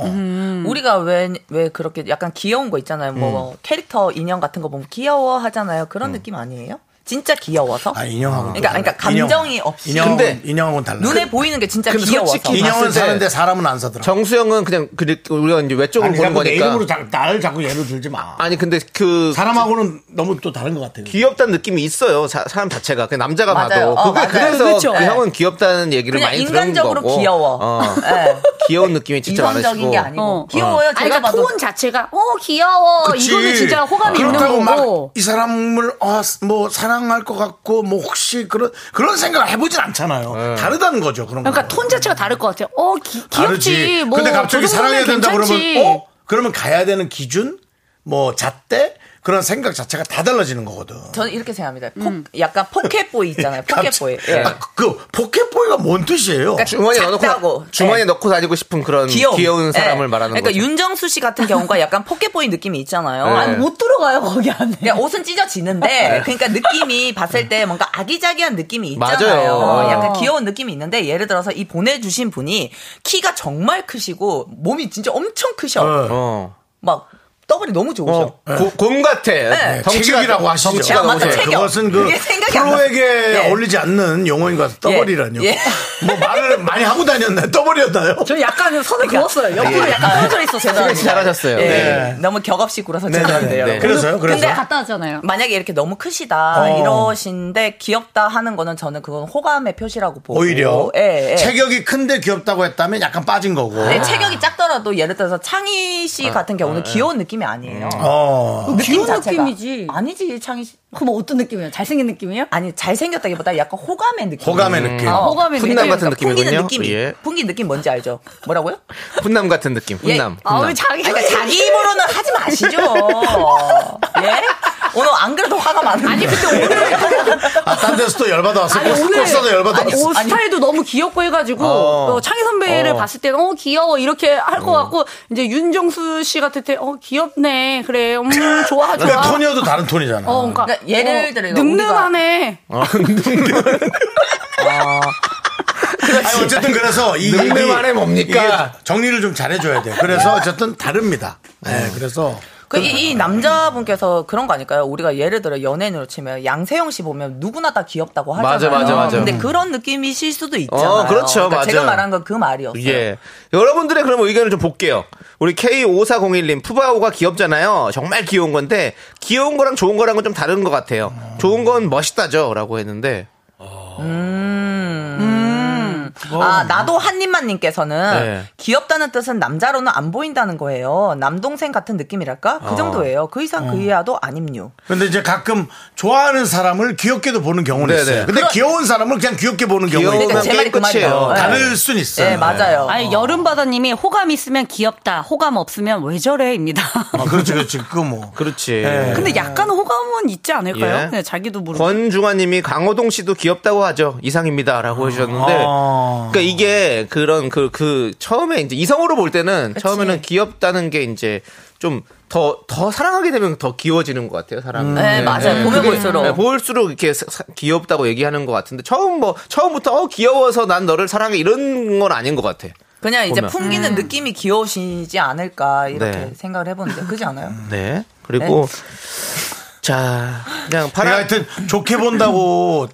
음. 우리가 왜, 왜 그렇게 약간 귀여운 거 있잖아요. 뭐 캐릭터 인형 같은 거 보면 귀여워 하잖아요. 그런 느낌 아니에요? 진짜 귀여워서?
아, 인형하고.
그러니까, 그러니까 감정이 없이.
인형,
근데-
인형하고는 달라.
눈에 보이는 게 진짜
근데
귀여워서.
솔직히
인형은
봤을 때-
사는데 사람은 안 사더라.
정수영은 그냥 그 우리가 이제 외적으로
아니,
보는
자꾸 내
거니까.
이름으로 자, 나를 자꾸 예를 들지 마.
아니 근데 그
사람하고는 너무 또 다른 것 같아요.
귀엽다는 느낌이 있어요. 자- 사람 자체가 그 남자가
맞아요.
봐도
어,
그게
맞아요.
그래서
그렇죠.
그
네.
형은 귀엽다는 얘기를
그냥
많이
인간적으로
들은 거고.
귀여워.
어.
예.
귀여운 느낌이 진짜 많으시고.
이성적인 게 아니고
어.
귀여워요.
아니,
제가
그러니까
봐도
톤 자체가 어 귀여워
그치.
이거는 진짜 호감이 있는 거고.
그렇다고 막 이 사람을 아, 뭐 사랑할 것 같고 뭐 혹시 그런 그런 생각을 해보진 않잖아요. 다르다는 거죠 그런
그러니까
거.
톤 자체가 다를 것 같아요. 어 기,
다르지.
귀엽지. 뭐
근데 갑자기
저 정도면
사랑해야 된다
괜찮지.
그러면 어 그러면 가야 되는 기준 뭐 잣대 그런 생각 자체가 다 달라지는 거거든.
저는 이렇게 생각합니다. 포- 약간 포켓보이 있잖아요. 포켓보이.
갑자기-
예.
아, 그 포켓보이가 뭔 뜻이에요?
그러니까
주머니에 넣고
작다고.
주머니에
예.
넣고 다니고 싶은 그런
귀여움.
귀여운
예.
사람을 말하는
그러니까
거죠.
윤정수 씨 같은 경우가 약간 포켓보이 느낌이 있잖아요.
예.
아니,
못 들어가요 거기 안에.
그냥 옷은 찢어지는데
네.
그러니까 느낌이 봤을 때 뭔가 아기자기한 느낌이 있잖아요.
맞아요.
어, 약간
아.
귀여운 느낌이 있는데 예를 들어서 이 보내주신 분이 키가 정말 크시고 몸이 진짜 엄청 크셔.
어.
어.
막 떠벌이 너무 좋으셔.
네. 어, 고- 곰 같아.
네.
덩치가-
체격이라고 하시죠.
덩치가
야,
너무
맞다,
세.
체격.
그것은 그
그게 생각이 안
프로에게
나요. 예.
어울리지 않는 용어인 것 같아요. 떠버리라뇨.
예.
뭐 말을 많이 하고 다녔나요? 떠버렸나요?
저 약간 선을 그었어요.
그러니까
옆으로 약간 떨어져 있었어요.
죄송합니다.
그렇지, 잘하셨어요.
예.
네.
너무 격없이 굴어서
네, 네,
죄송한데요.
네.
그래서요? 그래서?
근데
갔다 왔잖아요.
만약에 이렇게 너무 크시다
어.
이러신데 귀엽다 하는 거는 저는 그건 호감의 표시라고 보고
오히려
예, 예.
체격이 큰데 귀엽다고 했다면 약간 빠진 거고.
네, 체격이 작더라도 예를 들어서 창희 씨 같은 경우는 귀여운 느낌이 아니에요.
어.
느낌
귀여운
자체가.
느낌이지.
아니지 창희 씨
그럼 어떤 느낌이에요? 잘생긴 느낌이에요?
아니 잘생겼다기보다 약간 호감의 느낌.
호감의 느낌.
어.
호감의
훈남
느낌.
같은
풍기는
느낌이군요.
느낌.
예.
풍기 느낌 뭔지 알죠? 뭐라고요?
훈남 같은 느낌. 훈남.
아,
훈남.
왜 자기
예. 아니, 그러니까 자기 입으로는 하지 마시죠. 예? 오늘 안 그래도 화가 많은데. 아니 근데 오늘
아, 딴 데서 또 열받아 왔어.
아니
버스-
오늘
버스도 열받아
아니,
왔어.
옷 스타일도 너무 귀엽고 해가지고
어.
어, 창희 선배를
어.
봤을 때는 어 귀여워 이렇게 할 것
어.
같고 이제 윤정수 씨 같을 때 어 귀엽네 그래 음 좋아
그러니까
좋아
톤이어도 다른 톤이잖아.
어 그러니까
그러니까 예를 들어요,
늠름하네
아니, 어쨌든 그래서
네,
이
능력
얘기-
안에 뭡니까?
이게 정리를 좀 잘해줘야 돼요. 그래서
네.
어쨌든 다릅니다. 네, 그래서
그, 이, 이 남자분께서 그런 거 아닐까요? 우리가 예를 들어 연예인으로 치면 양세형 씨 보면 누구나 다 귀엽다고
맞아,
하잖아요.
맞아, 맞아. 음.
근데 그런 느낌이실 수도 있잖아요.
어, 그렇죠,
그러니까 제가
맞아요.
말한 건 그 말이었어요.
예. 여러분들의 그럼 의견을 좀 볼게요. 우리 K5401님, 푸바오가 귀엽잖아요. 정말 귀여운 건데, 귀여운 거랑 좋은 거랑은 좀 다른 것 같아요. 좋은 건 멋있다죠. 라고 했는데,
아, 나도 한입만님께서는
네.
귀엽다는 뜻은 남자로는 안 보인다는 거예요. 남동생 같은 느낌이랄까?
어.
그 정도예요. 그 이상
음.
그 이하도 아님요.
근데 이제 가끔 좋아하는 사람을 귀엽게도 보는 경우는
네네.
있어요. 근데 귀여운 사람을 그냥 귀엽게 보는 경우는
귀여우면
그러니까 제
게임
말이 그
끝이에요.
말이에요.
다-
다를 순 있어요.
네, 맞아요.
아니 여름바다님이 호감 있으면 귀엽다 호감 없으면 왜 저래입니다
아, 그렇지, 그렇지. 그거 뭐.
그렇지.
예.
근데 약간 호감은 있지 않을까요?
예.
네, 자기도 모르고
권중환님이 강호동 씨도 귀엽다고 하죠. 이상입니다라고 해주셨는데,
아.
그러니까 이게 그런 그 그 처음에 이제 이성으로 볼 때는 처음에는 귀엽다는 게 이제 좀 더 더 사랑하게 되면 더 귀여워지는 것 같아요 사람. 이
네, 맞아요. 보면 볼수록.
볼수록 이렇게 사- 사- 귀엽다고 얘기하는 것 같은데 처음 뭐 처음부터 어, 귀여워서 난 너를 사랑해 이런 건 아닌 것 같아.
그냥 이제
보면.
음.
풍기는 느낌이 귀여우시지 않을까 이렇게
네.
생각을 해보는데 그지 않아요?
음.
네. 그리고 자 그냥 파란
근데 그러니까 하여튼 좋게 본다고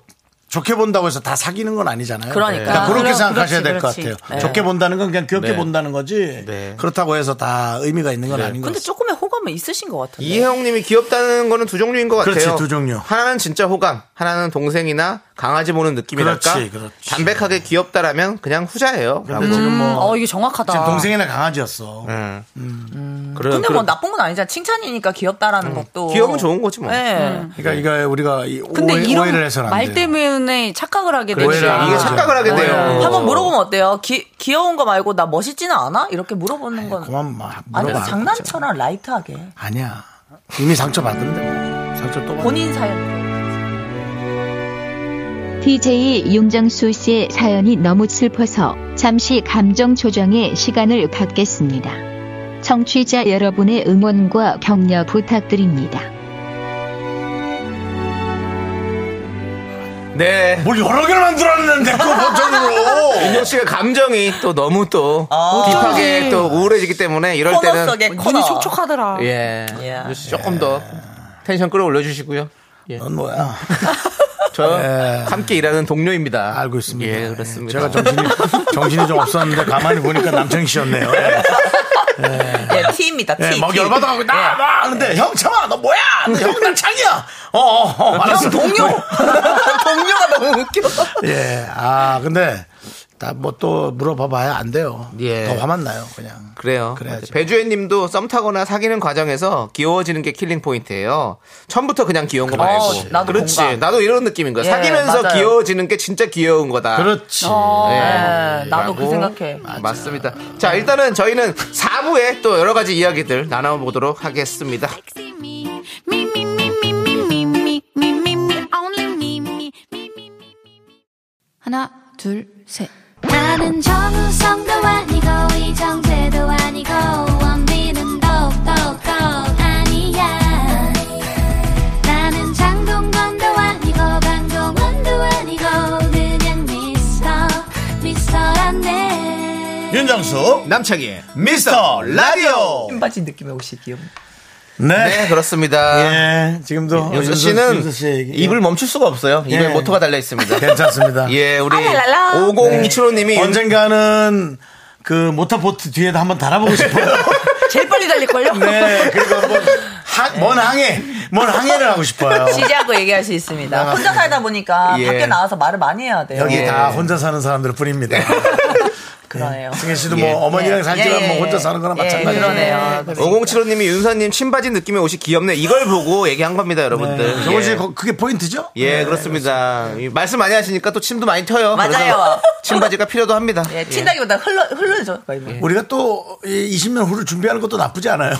좋게 본다고 해서 다 사귀는 건 아니잖아요.
그러니까.
그렇게
그럼,
생각하셔야 될 것
그렇지, 네.
같아요.
그렇지.
좋게 본다는 건 그냥 귀엽게
네.
본다는 거지.
네.
그렇다고 해서 다 의미가 있는 건 아닌 것
근데
같아요.
조금의 호감은 있으신 것 같아요.
이혜영님이 귀엽다는 거는 두 종류인 것
네. 그렇지,
같아요.
두 종류.
하나는 진짜 호감, 하나는 동생이나 강아지 보는 느낌이랄까.
그렇지, 그렇지.
담백하게 귀엽다라면 그냥 후자예요. 라고.
근데 지금 뭐
어 이게 정확하다
지금 동생이나 강아지였어.
음.
근데 뭐 나쁜 건 아니잖아. 칭찬이니까 귀엽다라는 것도.
귀여우면 좋은 거지 뭐.
네.
그러니까 이거 우리가 이
근데
오해,
이런
오해를 해서는 안
말
돼요. 그러니까
때문에 착각을 하게
그렇지.
오해를 안
되니까
이게
하죠.
착각을 하게 돼요.
오해를 안
한번 물어보면 어때요? 귀, 귀여운 거 말고 나 멋있지는 않아? 이렇게 물어보는 건.
그만 막
아니,
물어봐. 그렇죠.
장난처럼 라이트하게.
아니야. 이미 상처 받은데 뭐. 상처 또 받는
본인 사연.
DJ 윤정수 씨의 사연이 너무 슬퍼서 잠시 감정 조정의 시간을 갖겠습니다. 청취자 여러분의 응원과 격려 부탁드립니다.
네.
뭘 여러 개를 만들었는데 그거 버전으로
민영 씨가 감정이 또 너무 또 딥하게 또 우울해지기 때문에 이럴
아. 음. 코너
때는
속의 코너.
눈이 촉촉하더라
예.
예.
민영 씨 조금 더 텐션 끌어올려 주시고요.
넌 뭐야
저
예.
함께 일하는 동료입니다.
알고 있습니다
예, 그렇습니다.
제가 정신이 정신이 좀 없었는데 가만히 보니까 남청희 씨였네요 예.
예, 티입니다. 티.
예, 막
티.
열받아가고 나나 근데 형 참아 너 뭐야 형난 창이야 어어 어, 알았어 동료
동료가 너무 웃겨.
예아 근데 뭐 또 물어봐봐야 안 돼요
예.
더 화만 나요 그냥
그래요.
그래야지.
배주혜 님도 썸 타거나 사귀는 과정에서 귀여워지는 게 킬링 포인트예요. 처음부터 그냥 귀여운 거 말고.
어, 나도
그렇지.
공감.
나도 이런 느낌인 거야.
예,
사귀면서
맞아요.
귀여워지는 게 진짜 귀여운 거다.
그렇지
예, 나도 그
어, 네. 라고.
생각해.
맞습니다. 자, 일단은 저희는 4부에 또 여러 가지 이야기들 나눠보도록 하겠습니다.
하나, 둘, 셋. 나는 정우성도 아니고, 이정재도 아니고, 원빈은 더욱더 아니야. 나는 장동건도 아니고, 강동원도 아니고, 그냥 미스터, 미스터란데.
윤정수
남창희의
미스터 라디오
신 빠진 느낌의 옷이 귀여운.
네.
그렇습니다.
예, 지금도
윤서
윤서-
씨는
윤서 씨의 얘기.
입을 멈출 수가 없어요. 입에
예.
모터가 달려 있습니다.
괜찮습니다. 예.
예, 우리
아, 랄랄라.
5027호님이
네. 언젠가는 그 모터보트 뒤에다 한번 달아보고 싶어요.
제일 빨리 달릴걸요?
네, 그리고 한번 항- 먼 항해, 먼 항해를 하고 싶어요.
지지하고 얘기할 수 있습니다. 혼자 살다 보니까
아. 예.
밖에 나와서 말을 많이 해야 돼요.
여기
예.
다 혼자 사는 사람들 뿐입니다.
그러네요.
승혜 씨도
예.
뭐 어머니랑 살지만
예, 예,
뭐 혼자
예.
사는 거나
예,
마찬가지예요.
그러네요.
5075님이 윤서님 신바지 느낌의 옷이 귀엽네. 이걸 보고 얘기한 겁니다, 여러분들.
네. 정훈 씨
예.
거- 그게 포인트죠?
예, 그렇습니다. 이 말씀 많이 하시니까 또 침도 많이 튀어요.
맞아요.
그래서 침바지가 필요도 합니다.
예, 튄다기보다 흘러 흘러져. 거의
그러니까
뭐.
우리가 또 20년 후를 준비하는 것도 나쁘지 않아요.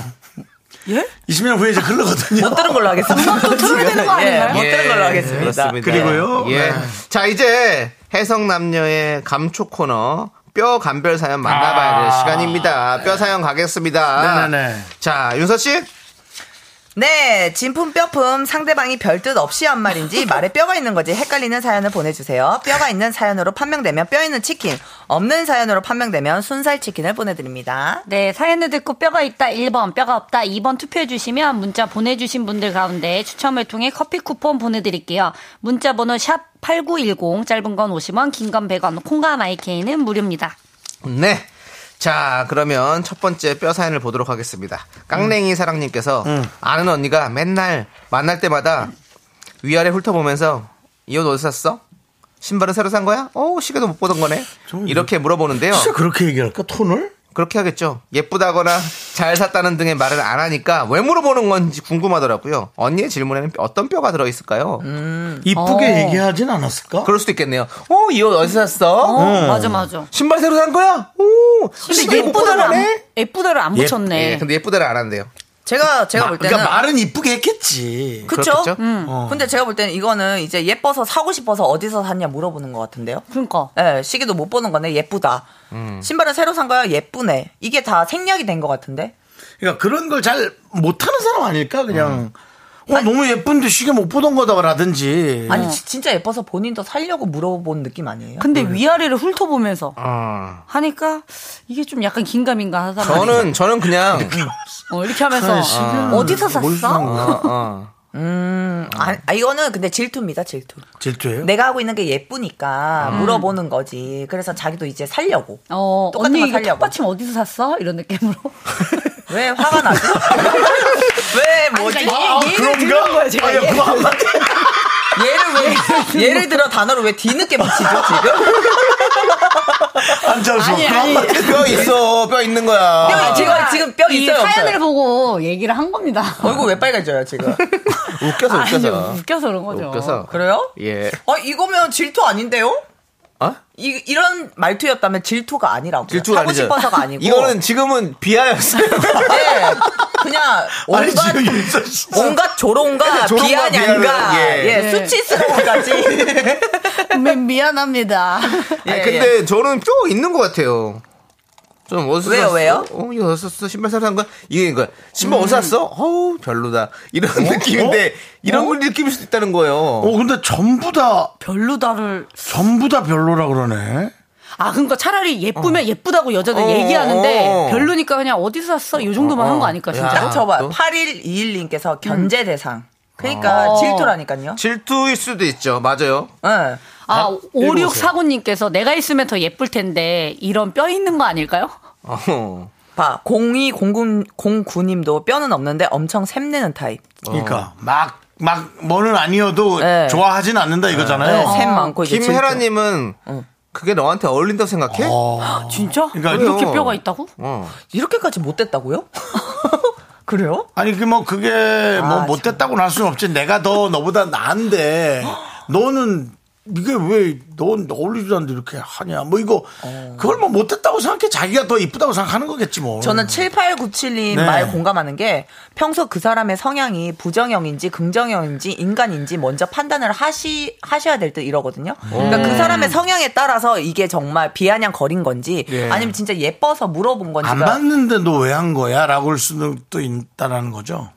예? 20년 후에 이제 흘러거든요.
못 들은 걸로 하겠습니다. 예. 못
아, 들어야 되는 거 아닌가요?
못 들은 걸로 하겠습니다.
예, 그렇습니다.
그리고요,
예.
네.
자, 이제 해성남녀의 감초 코너 뼈 간별 사연 만나봐야 될 시간입니다. 뼈 사연 가겠습니다.
아. 네네네.
자, 윤서 씨.
네, 진품 뼈품 상대방이 별뜻 없이 한 말인지 말에 뼈가 있는 거지 헷갈리는 사연을 보내주세요. 뼈가 있는 사연으로 판명되면 뼈 있는 치킨, 없는 사연으로 판명되면 순살 치킨을 보내드립니다.
네, 사연을 듣고 뼈가 있다 1번, 뼈가 없다 2번 투표해 주시면 문자 보내 주신 분들 가운데 추첨을 통해 커피 쿠폰 보내 드릴게요. 문자 번호 샵 8910 짧은 건 50원, 긴 건 100원, 콩과 마이케이는 무료입니다.
네. 자, 그러면 첫 번째 뼈 사연을 보도록 하겠습니다.
음.
깡냉이 사랑님께서 아는 언니가 맨날 만날 때마다 위아래 훑어보면서 이 옷 어디 샀어? 신발은 새로 산 거야? 어, 시계도 못 보던 거네.
뭐.
이렇게 물어보는데요.
진짜 그렇게 얘기할까? 톤을?
그렇게 하겠죠. 예쁘다거나 잘 샀다는 등의 말을 안 하니까 왜 물어보는 건지 궁금하더라고요. 언니의 질문에는 어떤 뼈가 들어있을까요?
음.
이쁘게
어.
얘기하진 않았을까?
그럴 수도 있겠네요. 어, 이 옷 어디서 샀어?
어,
음.
맞아 맞아.
신발 새로 산 거야? 오,
근데 예쁘다를 안, 예쁘다를 안
예,
붙였네.
예, 근데 예쁘다를 안 한대요.
제가 제가 볼 때는
그러니까 말은 이쁘게 했겠지.
그쵸? 음.
그렇겠죠?
어.
근데 제가 볼 때는 이거는 이제 예뻐서 사고 싶어서 어디서 샀냐 물어보는 것 같은데요.
그러니까
예, 시계도 못 보는 거네 예쁘다.
음.
신발은 새로 산 거야 예쁘네. 이게 다 생략이 된 것 같은데.
그러니까 그런 걸 잘 못하는 사람 아닐까?
음.
그냥 어, 너무 예쁜데 시계 못 보던 거다라든지.
아니 지- 진짜 예뻐서 본인도 살려고 물어본 느낌 아니에요?
근데 위아래를 훑어보면서
아.
하니까 이게 좀 약간 긴가민가 하다 보니
저는 저는 그냥
어, 이렇게 하면서
음.
어디서 샀어?
어, 어.
아, 아, 이거는 근데 질투입니다 질투.
질투예요?
내가 하고 있는 게 예쁘니까
음.
물어보는 거지. 그래서 자기도 이제 살려고.
어,
똑같은
언니
거
이거
살려고.
턱받침 어디서 샀어? 이런 느낌으로.
왜 화가 나지? 왜 뭐지?
그러니까
그런가? 아니, 그거 한마디.
얘를 왜 예를 들어 단어를 왜 뒤늦게 붙이죠 지금?
앉아서
아니,
그거
아니.
한마디.
뼈 있어, 뼈 있는 거야.
뼈 지금 지금 뼈
아, 이
있어요
사연을
없어요?
보고 얘기를 한 겁니다.
얼굴 왜 빨개져요 지금?
웃겨서
아니,
웃겨서
웃겨서 그런 거죠.
웃겨서
그래요?
예.
어 이거면 질투 아닌데요?
어?
이, 이런 말투였다면 질투가 아니라고.
질투가
하고
아니죠.
싶어서가 아니고.
이거는 지금은 비하였어요.
네, 그냥
아니,
온갖
지금 윤서 씨.
온갖 조롱과
조롱과
비아냥가
비아냥,
예.
예.
수치스러움까지.
음, 미- 미안합니다.
예,
아니,
예.
근데 저는 뼈 있는 것 같아요. 좀 어디서
왜요,
샀어?
왜요? 음.
어, 이거 어디서 샀어? 신발 새로 산 거야? 이게 그러니까 신발 어디서 샀어? 어우 별로다. 이런 느낌인데
어?
이런 걸 느낌일 수도 있다는 거예요.
어, 근데 전부 다,
별로다를.
전부 다 별로라 그러네.
아, 그러니까 차라리 예쁘면 예쁘다고 여자들
어,
얘기하는데
어.
별로니까 그냥 어디서 샀어? 이 정도만
어,
한 거 아닐까, 진짜.
야.
저봐
또?
8121님께서 견제 대상. 그러니까
아.
어.
질투라니까요.
질투일 수도 있죠. 맞아요.
예.
아, 5649님께서 내가 있으면 더 예쁠 텐데 이런 뼈 있는 거 아닐까요?
어.
봐, 0209님도 뼈는 없는데 엄청 샘내는 타입. 어.
그러니까, 막, 막, 뭐는 아니어도
네.
좋아하진 않는다
네,
이거잖아요.
샘 많고 이제 질투.
김혜라님은 그게 너한테 어. 어울린다고 생각해?
진짜?
그러니까
이렇게
그래요.
뼈가 있다고?
어.
아. 이렇게까지 못됐다고요? 그래요?
아니, 그 뭐, 그게 뭐,
아,
못됐다고는 할 수는 없지. 내가 더, 너보다 나은데, 너는, 이게 왜, 넌 어울리지도 않는데 이렇게 하냐. 뭐, 이거, 그걸 뭐, 못됐다고 생각해. 자기가 더 이쁘다고 생각하는 거겠지,
어.
뭐.
어. 저는 7897님
네.
말 공감하는 게 평소 그 사람의 성향이 부정형인지 긍정형인지 인간인지 먼저 판단을 하시, 하셔야 될 듯 이러거든요.
어.
그러니까 그
음.
사람의 성향에 따라서 이게 정말 비아냥 거린 건지
예.
아니면 진짜 예뻐서 물어본 건지.
안 봤는데 너 왜 한 거야? 라고 할 수도 있다라는 거죠.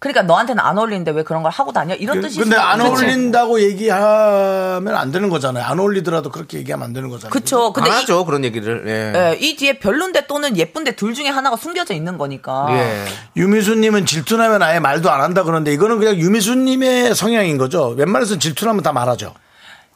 그러니까 너한테는 안 어울리는데 왜 그런 걸 하고 다녀? 이런 뜻이
근데 안
있어요. 그치?
어울린다고 얘기하면 안 되는 거잖아요. 안 어울리더라도 그렇게 얘기하면 안 되는 거잖아요.
그쵸. 근데
안
이,
하죠 그런 얘기를. 예.
예, 이 뒤에 별론데 또는 예쁜데 둘 중에 하나가 숨겨져 있는 거니까.
예.
유미수님은 질투나면 아예 말도 안 한다 그러는데 이거는 그냥 유미수님의 성향인 거죠. 웬만해서 질투나면 다 말하죠.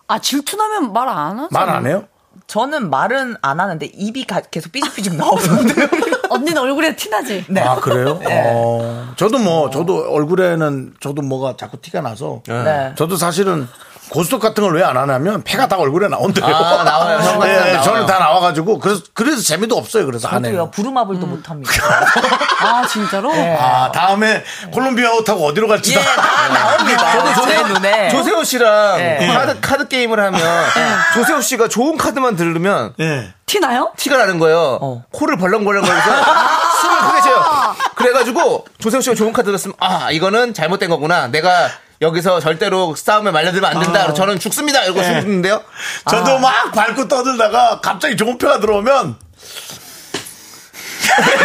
아 질투나면 말 안 하지?
말 안 해요?
저는 말은 안 하는데 입이 가- 계속 삐죽삐죽 나오던데요.
언니는 얼굴에 티나지?
네.
아 그래요?
예.
어, 저도 뭐 저도 얼굴에는 저도 뭐가 자꾸 티가 나서
예.
네.
저도 사실은 고스톱 같은 걸 왜 안 하냐면 폐가 다 얼굴에 나온대요. 예,
아, 나와요. 형 같은 건 나와요.
저는 다 나와가지고 그래서 그래서 재미도 없어요. 그래서 안 해요.
저도요, 부루마블도
음.
못 합니다. 네.
아 진짜로?
예.
아 다음에 콜롬비아 옷하고 어디로 갈지
예,
다
다 나옵니다. 제 눈에.
조세호 씨랑
예.
카드, 카드 게임을 하면 조세호 씨가 좋은 카드만 들으면
예.
티나요?
티가 나는 거예요.
어. 아!
코를 벌렁벌렁거려서 숨을 크게 쉬어요. 그래가지고 조세호 씨가 좋은 카드 들었으면 아 이거는 잘못된 거구나. 내가 여기서 절대로 싸움에 말려들면 안 된다. 저는 죽습니다. 이러고
예.
죽는데요.
저도
예.
막 밟고 떠들다가 갑자기 좋은 표가 들어오면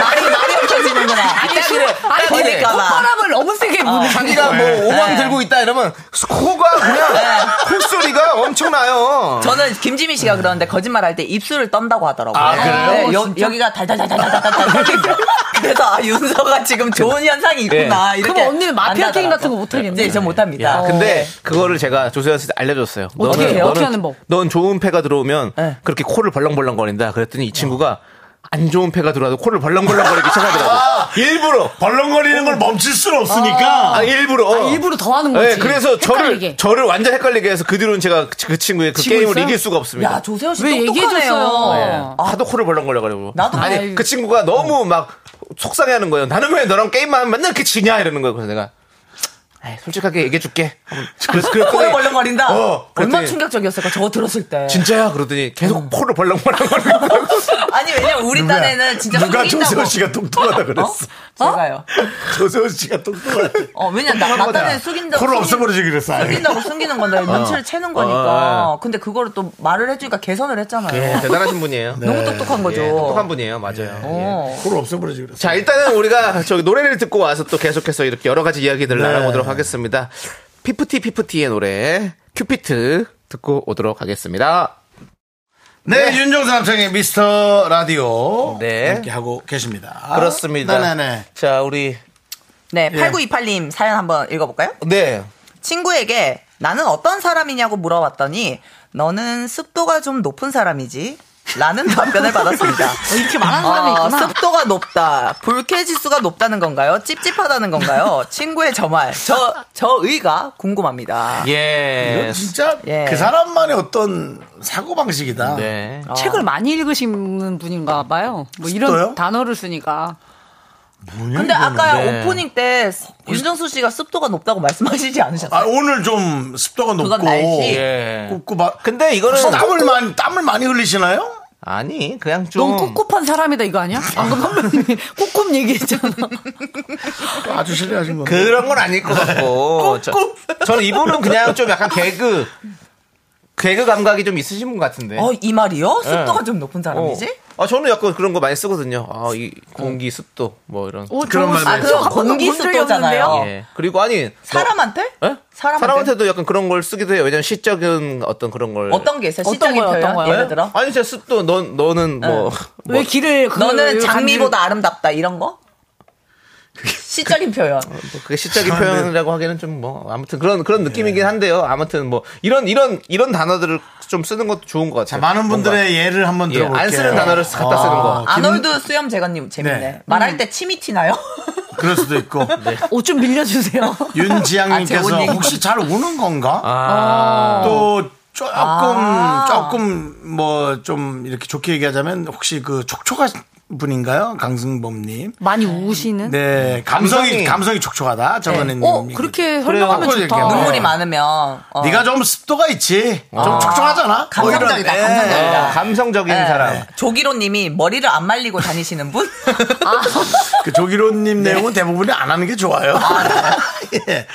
말이, 말이 없어지는구나. 아니, 예. 그래.
아니 근데
그러니까
콧바람을 너무 세게 부는
예, 자기가 뭐 5만 들고 있다 이러면 코가 그냥
예.
콧소리가 엄청나요.
저는 김지민 씨가 그러는데 거짓말 할 때 입술을 떤다고 하더라고요.
아, 그래요?
어,
네, 여, 기가 달달달달달달달. 그래서 아 윤서가 지금 좋은 현상이 있구나.
그 네.
이렇게
그럼 언니는 마피아 게임 같은 거 못하겠네.
네, 전 못합니다.
야, 근데 그거를 제가 조세현 씨한테 알려줬어요.
어, 예. 어떻게 해요? 어떻게 하는 법? 예.
넌 좋은 패가 들어오면
네.
그렇게 코를 벌렁벌렁거린다. 그랬더니 이
어.
친구가 안 좋은 패가 들어와도 코를 벌렁벌렁거리기 시작하더라고. 일부러.
아, 벌렁거리는 걸 멈출 수는 없으니까
아, 일부러.
뭐
어.
일부러 더 하는 거지.
네, 그래서 저를
헷갈리게.
저를 완전 헷갈리게 해서 그 뒤로는 제가 그- 그 친구의 그
지고
게임을
있어요?
이길 수가 없습니다.
야 조세호 씨
왜 얘기해줬어요?
똑똑하네요.
아, 하도 코를 벌렁거려가지고.
나도 음.
아니
아유.
그 친구가 너무 막 속상해하는 거예요. 나는 왜 너랑 게임만 하면 맨날 이렇게 지냐 이러는 거예요. 그래서 내가 에이, 솔직하게 얘기해줄게. 그래서
코에
그랬더니
벌렁거린다.
어,
얼마나 음.
그랬더니-
충격적이었을까 저거 들었을 때.
진짜야 그러더니 계속 코를 벌렁벌렁거리고
아니 왜냐면 우리 딴에는 진짜
누가
속인다고.
조세호 씨가 똑똑하다
어?
그랬어.
제가요.
조세호 씨가 똑똑하다.
어, 왜냐 나, 나 딴에는 숙인다고.
코를
숙인-
없애버리지 그랬어. 아예.
숨긴다고 숨기는 건데 눈치를 채는 거니까.
어,
근데 그거를 또 말을 해주니까 개선을 했잖아요.
예.
대단하신 분이에요.
너무 똑똑한 거죠.
예, 똑똑한 분이에요, 맞아요. 예.
어.
코를 없애버리지 그랬어.
자, 일단은 우리가 저기 노래를 듣고 와서 또 계속해서 이렇게 여러 가지 이야기들을
네.
나눠보도록 하겠습니다. 피프티 피프티의 노래 큐피트 듣고 오도록 하겠습니다.
네, 윤종수 남창의 미스터 라디오
네.
함께 하고 계십니다.
그렇습니다.
네네네.
자, 우리
네,
예.
8928님 사연 한번 읽어볼까요?
네.
친구에게 나는 어떤 사람이냐고 물어봤더니 너는 습도가 좀 높은 사람이지. 라는 답변을 받았습니다. 어, 이렇게 말하는
사람이 있구나.
습도가 높다. 불쾌 지수가 높다는 건가요? 찝찝하다는 건가요? 친구의 저 말. 저, 저 의가 궁금합니다.
예.
이건 진짜
예.
그 사람만의 어떤 사고 방식이다.
네.
아.
책을 많이 읽으시는 분인가 봐요. 뭐 이런
습도요?
단어를 쓰니까.
근데 아까
네.
오프닝 때 윤정수 씨가 습도가 높다고 말씀하시지 않으셨어요?
아, 오늘 좀 습도가 높고
그건 날씨.
예.
꿉꿉하.
근데 이거는
혹시 땀을 많이 땀을 많이 흘리시나요?
아니, 그냥 좀
넌 꿉꿉한 사람이다 이거 아니야? 방금 선배님이 꿉꿉 얘기했잖아.
아주 실례하신 건데.
그런 건 아닐 것 같고. 저, 저는 이분은 그냥 좀 약간 개그, 개그 감각이 좀 있으신 분 같은데.
어, 이 말이요? 습도가
예.
좀 높은 사람이지?
어. 아, 저는 약간 그런 거 많이 쓰거든요. 아, 이 공기 습도, 뭐 이런.
어,
오,
그런
저거
말
아,
많이
그거
했죠.
한 번도
공기
본 적이 없는데요?
습도잖아요.
예. 그리고 아니. 너-
사람한테?
예?
사람한테?
사람한테도 약간 그런 걸 쓰기도 해요. 왜냐면 시적인 어떤 그런 걸.
어떤 게 있어요?
어떤
시적인
거요,
표현?
어떤 거요?
예를 들어?
아니, 진짜 습도, 너, 너는 뭐. 뭐-
왜 길을 그걸
너는
왜
장미보다 아름답다 이런 거? 시적인 표현.
뭐 그게 시적인 표현이라고 하기에는 좀 뭐 아무튼 그런
네.
그런 느낌이긴 한데요. 아무튼 뭐 이런 이런 이런 단어들을 좀 쓰는 것도 좋은 것 같아요.
자, 많은
뭔가.
분들의 예를 한번
예,
들어볼게요.
안 쓰는 단어를 갖다
아,
쓰는 거.
아놀드 수염 재건님 재밌네.
네.
말할 때 침이 튀나요?
그럴 수도 있고.
옷좀 빌려주세요.
아,
윤지양님께서
재훈님.
혹시 잘 우는 건가?
아.
또 조금 조금 뭐 좀 이렇게 좋게 얘기하자면 혹시 그 촉촉한 분인가요, 강승범님?
많이 우시는?
네, 감성이
감성이.
감성이 촉촉하다, 정은혜님.
어 그렇게 설명하면
바꿔서
좋다.
얘기해봐.
눈물이 많으면 어,
어.
아.
네가 좀 습도가 있지, 좀 촉촉하잖아.
감성적이다.
뭐 이런, 예.
감성적이다.
아, 감성적인
네.
사람.
조기로님이 머리를 안 말리고 다니시는 분?
그 조기로님
네.
내용은 대부분이 안 하는 게 좋아요. 예.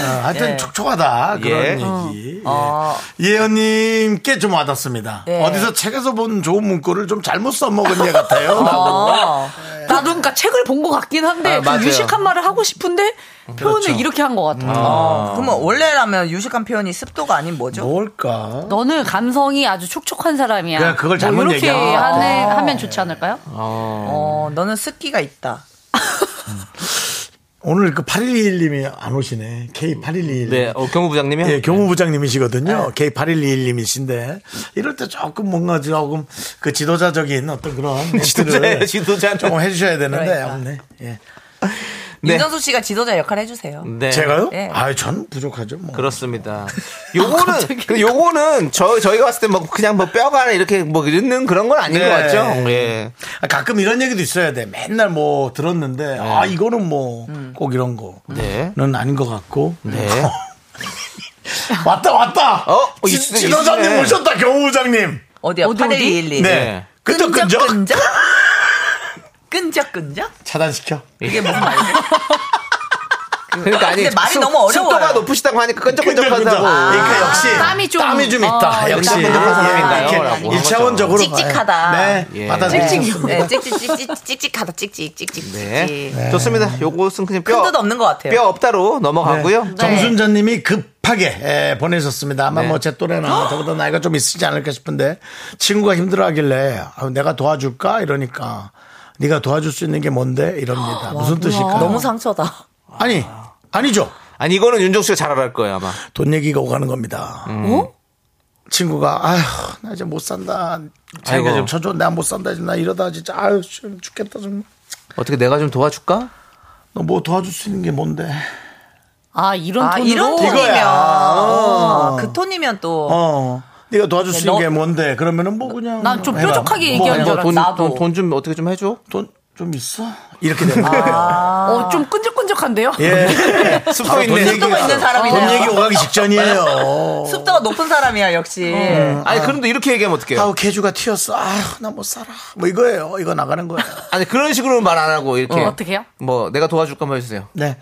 어, 하여튼
네. 예.
촉촉하다 그런
예.
얘기.
어.
예. 이혜연님께 좀 와닿습니다.
예.
어디서 책에서 본 좋은 문구를 좀 잘못 써먹은 예 같아요. 라고.
나도 그러니까 책을 본 것 같긴 한데
아,
좀
맞아요.
유식한 말을 하고 싶은데 표현을 이렇게 한 것 같아.
어, 그러면 원래라면 유식한 표현이 습도가 아닌 뭐죠?
뭘까?
너는 감성이 아주 촉촉한 사람이야.
그래, 그걸 잘못
뭐 이렇게
얘기한 것
하네, 하면 좋지 않을까요?
어, 너는 습기가 있다.
오늘 그 8121님이 안 오시네. K8121.
네, 어, 경무부장님이요?
예, 교무부장님이시거든요. K8121님이신데 이럴 때 조금 뭔가 조금 그 지도자적인 어떤 그런 멘트를
네, 지도자
조금 해주셔야 되는데
그러니까.
없네. 예.
네.
윤정수 씨가 지도자 역할 해주세요.
네.
제가요?
예.
아유, 전 부족하죠. 뭐.
그렇습니다.
아,
요거는 근데 요거는 저 저희가 봤을 때 뭐 그냥 뭐 뼈가 이렇게 뭐 있는 그런 건 아닌
네.
것 같죠? 예.
아, 가끔 이런 얘기도 있어야 돼. 맨날 뭐 들었는데 아 이거는 뭐 꼭 이런 거는
네.
아닌 것 같고.
네.
왔다 왔다.
어, 어,
지-
있-
지도자님
있네.
오셨다 교무부장님.
어디야?
어디,
네.
8121.
네.
끈적끈적
끈적? 끈적끈적?
차단시켜.
이게 무슨 말이야?
그러니까 아니
근데 말이
습-
너무 어려워요.
습도가 높으시다고 하니까 끈적끈적하다고.
그러니까 역시
땀이 좀-
있다.
어,
역시 아,
끈적끈적한 사람인가요? 라고
일차원적으로
찍찍하다.
네.
예.
받아들이죠.
네, 찍찍찍찍찍찍하다 찍찍찍찍찍찍.
네. 좋습니다. 요것은 그냥 뼈,
예. 큰 뜻 없는 것 같아요. 네.
뼈 없다로 넘어가고요.
네.
정순자님이 급하게 예, 보내셨습니다. 아마
네.
뭐 제 또래나 저보다 나이가 좀 있으지 않을까 싶은데 친구가 힘들어하길래 아, 내가 도와줄까 이러니까 네가 도와줄 수 있는 게 뭔데 이럽니다. 무슨 뜻일까?
너무 상처다.
아니 아니죠.
아니 이거는 윤정수가 잘 알을 거예요 아마.
돈 얘기가 오가는 겁니다.
음.
친구가 아휴 나 이제 못 산다. 자기가
아이고.
좀 쳐줘. 나 못 산다. 지금 나 이러다 진짜 아유 좀 죽겠다 정말.
어떻게 내가 좀 도와줄까?
너 뭐 도와줄 수 있는 게 뭔데?
아, 이런
아,
돈으로.
이런 톤이면. 어, 그 톤이면 또.
어. 네가 도와줄 수
네,
있는
너-
게 뭔데? 그러면은 뭐 그냥
난좀
해봐.
뾰족하게
뭐
얘기한 줄 알았어.
나도.
돈돈좀 어떻게 좀 해줘.
돈 좀 있어? 이렇게 되는
아.
거예요.
어, 좀 끈적끈적한데요?
예.
습도
돈
있네.
습도가 있는 사람이네요.
돈 얘기 오가기 직전이에요.
습도가 높은 사람이야, 역시.
어.
아니 그런데 이렇게 얘기하면 어떡해요?
아우 개주가 튀었어. 아휴 나 못 살아. 뭐 이거예요. 이거 나가는 거예요.
아니 그런 식으로는 말 안 하고 이렇게
어, 어떻게 해요?
아,
뭐 내가 도와줄까 한번 해주세요.
네.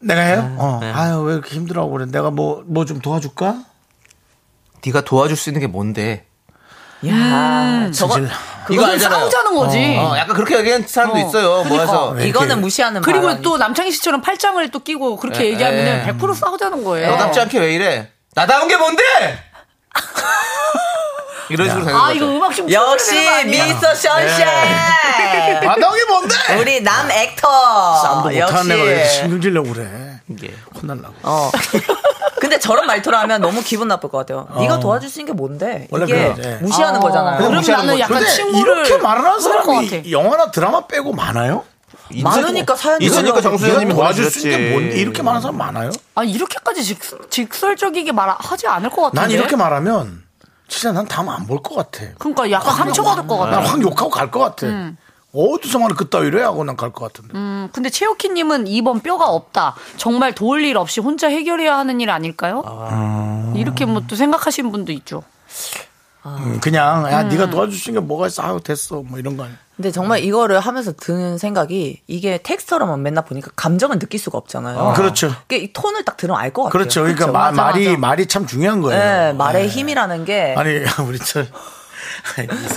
내가 해요? 어. 아유 왜 이렇게 힘들어하고 그래. 내가 뭐 뭐 좀 도와줄까?
네가 도와줄 수 있는 게 뭔데?
야, 저거. 그
이거
이건
알잖아요.
싸우자는 거지.
어, 약간 그렇게 얘기하는 사람도 있어요.
그러니까.
뭐해서
이거는 무시하는
그리고
아,
발언.
또 남창희 씨처럼 팔짱을 또 끼고 그렇게
예,
에,
얘기하면
에.
100% 싸우자는
어,
거예요.
너답지 않게 왜 이래? 나다운 게 뭔데? 이런 식으로 되는
아,
거죠.
이거 음악 좀
역시
틀어주는 거 아니야?
미스터 션샤인.
바닥이 뭔데?
우리 남 액터.
쌈도
아, 역시.
네. 못하는 애가 왜 이렇게 신경질려고 그래.
예.
혼날라고.
어. 근데 저런 말투를 하면 너무 기분 나쁠 것 같아요. 네가 도와줄 수 있는 게 뭔데?
어. 원래 그래요.
이게
예.
무시하는
어.
거잖아요.
그럼
무시하는
나는
거죠.
약간
근데
친구를
이렇게 말을 하는
끊을 것
사람이 영화나 드라마 빼고 많아요?
많으니까 사연이
있으니까
올라오죠.
정수현 님이
도와줄 수 있는 게 뭔데?
도와주셨지.
이렇게 많은 사람 많아요?
아 이렇게까지 직, 직설적이게 말하지 않을 것 같은데.
난 이렇게 말하면 진짜 난 다음 안 볼 것 같아.
그러니까 약간 상처받을 것 같아.
난확 욕하고 갈 것 같아. 어디서 말을 그따위로 해? 하고 난 갈 것 같은데.
음, 근데 채우키님은 이번 뼈가 없다. 정말 도울 일 없이 혼자 해결해야 하는 일 아닐까요? 이렇게 뭐 또 생각하시는 분도 있죠.
음, 그냥 야 네가 도와줄 수 있는 게 뭐가 있어? 아유 됐어. 뭐 이런 거 아니야.
근데 정말 이거를 하면서 드는 생각이 이게 텍스트로만 맨날 보니까 감정을 느낄 수가 없잖아요.
그렇죠.
그게 이 톤을 딱 들으면 알 것 같아요.
그렇죠. 그러니까
그쵸?
마-
맞아,
말이
맞아.
말이 참 중요한 거예요.
예, 말의
예.
힘이라는 게
아니 그러니까 우리 저.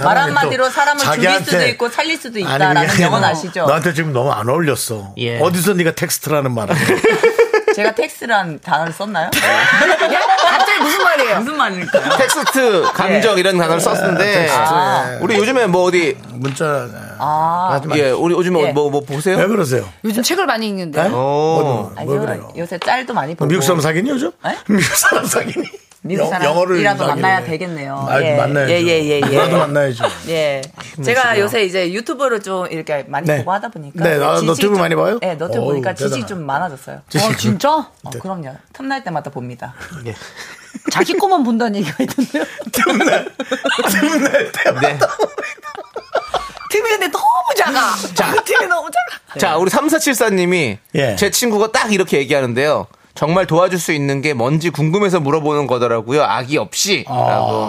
말 한마디로 사람을 죽일 수도 있고 살릴 수도 있다라는 명언 아시죠?
나한테 지금 너무 안 어울렸어.
예.
어디서 네가 텍스트라는 말을.
제가 텍스트란 단어를 썼나요?
예.
갑자기 무슨 말이에요?
무슨 말일까요?
텍스트, 감정
예.
이런 단어를 썼는데 우리 요즘에 뭐 어디
문자.
아.
아,
하지 마.
예, 우리 요즘에
예.
뭐 뭐 보세요?
왜 그러세요?
요즘 책을 많이 읽는데.
어?
어.
어,
아니,
왜
요-
그래요?
요새 짤도 많이 보고
미국 사람 사귀니 요즘?
뭐. 에?
미국 사람 사귀니?
미국
영-
사람이라도
사귀네.
만나야 되겠네요.
아,
예.
만나야죠.
예, 예, 예, 예.
나도 만나야죠.
예. 제가 요새 이제 유튜브를 좀 이렇게 많이
네.
보고 하다 보니까.
네, 아,
지식이
너튜브
좀-
많이 봐요?
네, 너튜브
어우,
보니까 지식이
대단하네.
좀 많아졌어요.
어 진짜?
어, 그럼요. 틈날 때마다 봅니다.
자기 것만 본다는 얘기가 있던데요.
네.
틈이 근데 너무 작아. 그 틈이 너무 작아.
자, 우리 3474님이
예.
제 친구가 딱 이렇게 얘기하는데요. 정말 도와줄 수 있는 게 뭔지 궁금해서 물어보는 거더라고요. 아기 없이. 라고.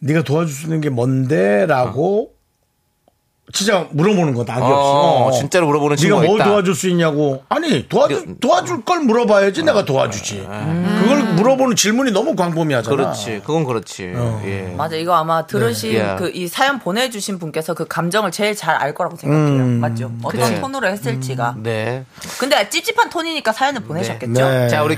네가 도와줄 수 있는 게 뭔데라고 진짜 물어보는 거 낙이 없어.
어, 진짜로 물어보는 친구가
네가 뭐
있다.
도와줄 수 있냐고. 아니
그,
도와줄 도와줄 걸 물어봐야지
음.
내가 도와주지. 그걸 물어보는 질문이 너무 광범위하잖아.
그렇죠.
그렇지. 그건 그렇지.
어.
예.
맞아 이거 아마 들으신
네.
그 이 사연 보내주신 분께서 그 감정을 제일 잘 알 거라고 생각해요.
음. 네.
맞죠? 어떤
그치.
톤으로 했을지가.
네.
근데 찝찝한 톤이니까 사연을 보내셨겠죠.
네.
자, 우리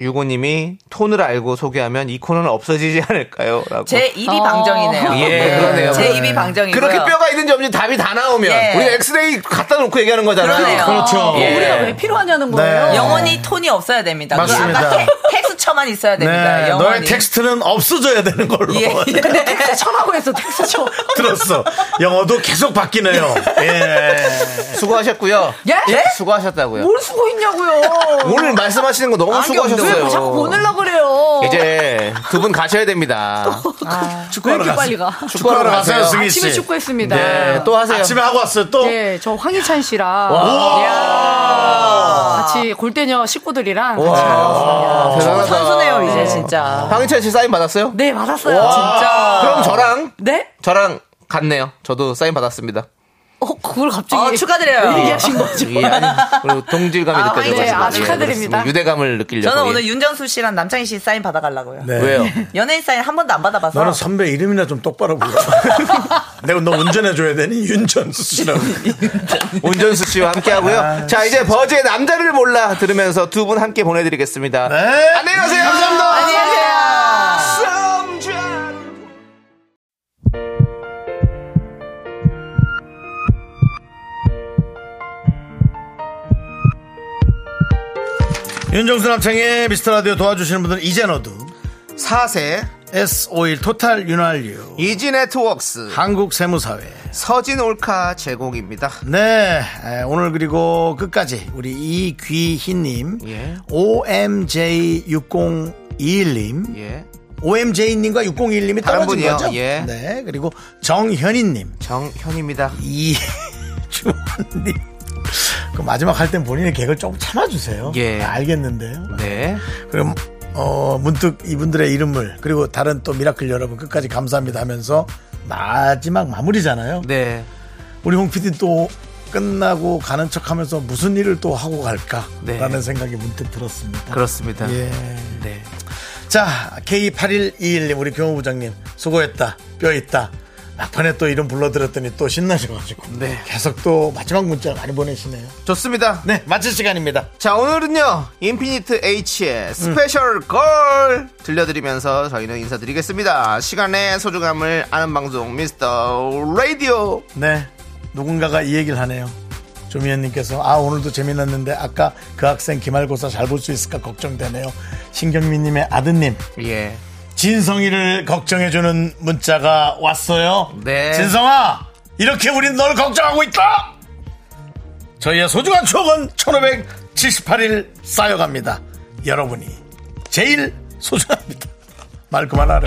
K6965님이 톤을 알고 소개하면 이 코너는 없어지지 않을까요? 라고.
제 입이 방정이네요.
예, 그러네요.
제 입이 방정이고요.
그렇게 뼈가 있는지 없는지 답이 다 나오면
예.
우리가 엑스레이 갖다 놓고 얘기하는 거잖아요.
그러네요. 그렇죠.
어,
예.
우리가 왜 필요하냐는 거예요.
네.
영원히 톤이 없어야 됩니다. 그
맞습니다.
아까 텍- 텍스처만 있어야 됩니다.
네,
그러니까 영원히.
너의 텍스트는 없어져야 되는 걸로
예.
근데 텍스처라고 해서 텍스처.
들었어. 영어도 계속 바뀌네요. 예.
수고하셨고요.
예?
수고하셨다고요.
뭘 쓰고 있냐고요.
오늘 말씀하시는 거 너무
아니,
수고하셨어요.
왜
자꾸 보내려고 그래요.
이제 두 분 가셔야 됩니다.
왜
축구하러
이렇게 빨리
갔어요.
가?
축구하러 갔어요, 승희 씨.
아침에 축구했습니다.
네, 또 하세요.
아침에 하고 왔어요, 또.
예, 저 황희찬 씨랑 같이 골대녀 식구들이랑 같이
와, 어, 대단하다.
선수네요 이제 진짜.
황희찬 씨 사인 받았어요?
네 받았어요.
진짜. 그럼 저랑
네?
저랑 같네요. 저도 사인 받았습니다.
어 그걸 갑자기
어, 축하드려요.
왜 얘기하신 거죠?
예, 아니, 그리고 동질감이
아,
느껴져가지고.
네, 아,
예,
축하드립니다.
그렇습니다. 유대감을 느끼려고.
저는
예.
오늘 윤정수 씨랑 남창희 씨 사인 받아가려고요.
네.
왜요?
연예인 사인 한 번도 안 받아봐서.
너는 선배 이름이나 좀 똑바로 불러. 내가 너 운전해줘야 되니? 윤전수 씨라고.
운전수 씨와 함께 하고요. 자, 이제 버즈의 남자를 몰라 들으면서 두 분 함께 보내드리겠습니다. 안녕히 가세요. 네. 감사합니다.
윤정수 남창의 미스터 라디오 도와주시는 분들 이제 너도.
4세
S5일 토탈 윤활유.
이지 네트웍스
한국 세무사회.
서진 올카 제공입니다.
네. 에, 오늘 그리고 끝까지 우리 이귀희님,
예.
OMJ6021님,
예.
OMJ님과 6021님이
다른
떨어진
분이요.
거죠?
예.
네. 그리고 정현희님,
정현입니다.
이주환님. 그 마지막 할 땐 본인의 개그를 조금 참아주세요.
예.
알겠는데요.
네.
그럼 어, 문득 이분들의 이름을 그리고 다른 또 미라클 여러분 끝까지 감사합니다 하면서 마지막 마무리잖아요.
네.
우리 홍 PD 또 끝나고 가는 척하면서 무슨 일을 또 하고
네.
갈까라는 생각이 문득 들었습니다.
그렇습니다.
예.
네.
자 K8121님 우리 경호부장님 수고했다 뼈 있다 막판에 또 이름 불러드렸더니 또 신나셔가지고
네.
계속 또 마지막 문자 많이 보내시네요.
좋습니다.
네 마칠 시간입니다.
자, 오늘은요. 인피니트 H의 스페셜 걸 들려드리면서 저희는 인사드리겠습니다. 시간의 소중함을 아는 방송 미스터 라디오.
네, 누군가가 이 얘기를 하네요. 조미연님께서 아 오늘도 재미났는데 아까 그 학생 기말고사 잘 볼 수 있을까 걱정되네요. 신경민님의 아드님
예.
진성이를 걱정해주는 문자가 왔어요.
네.
진성아 이렇게 우린 널 걱정하고 있다. 저희의 소중한 추억은 1578일 쌓여갑니다. 여러분이 제일 소중합니다. 말 그만하래.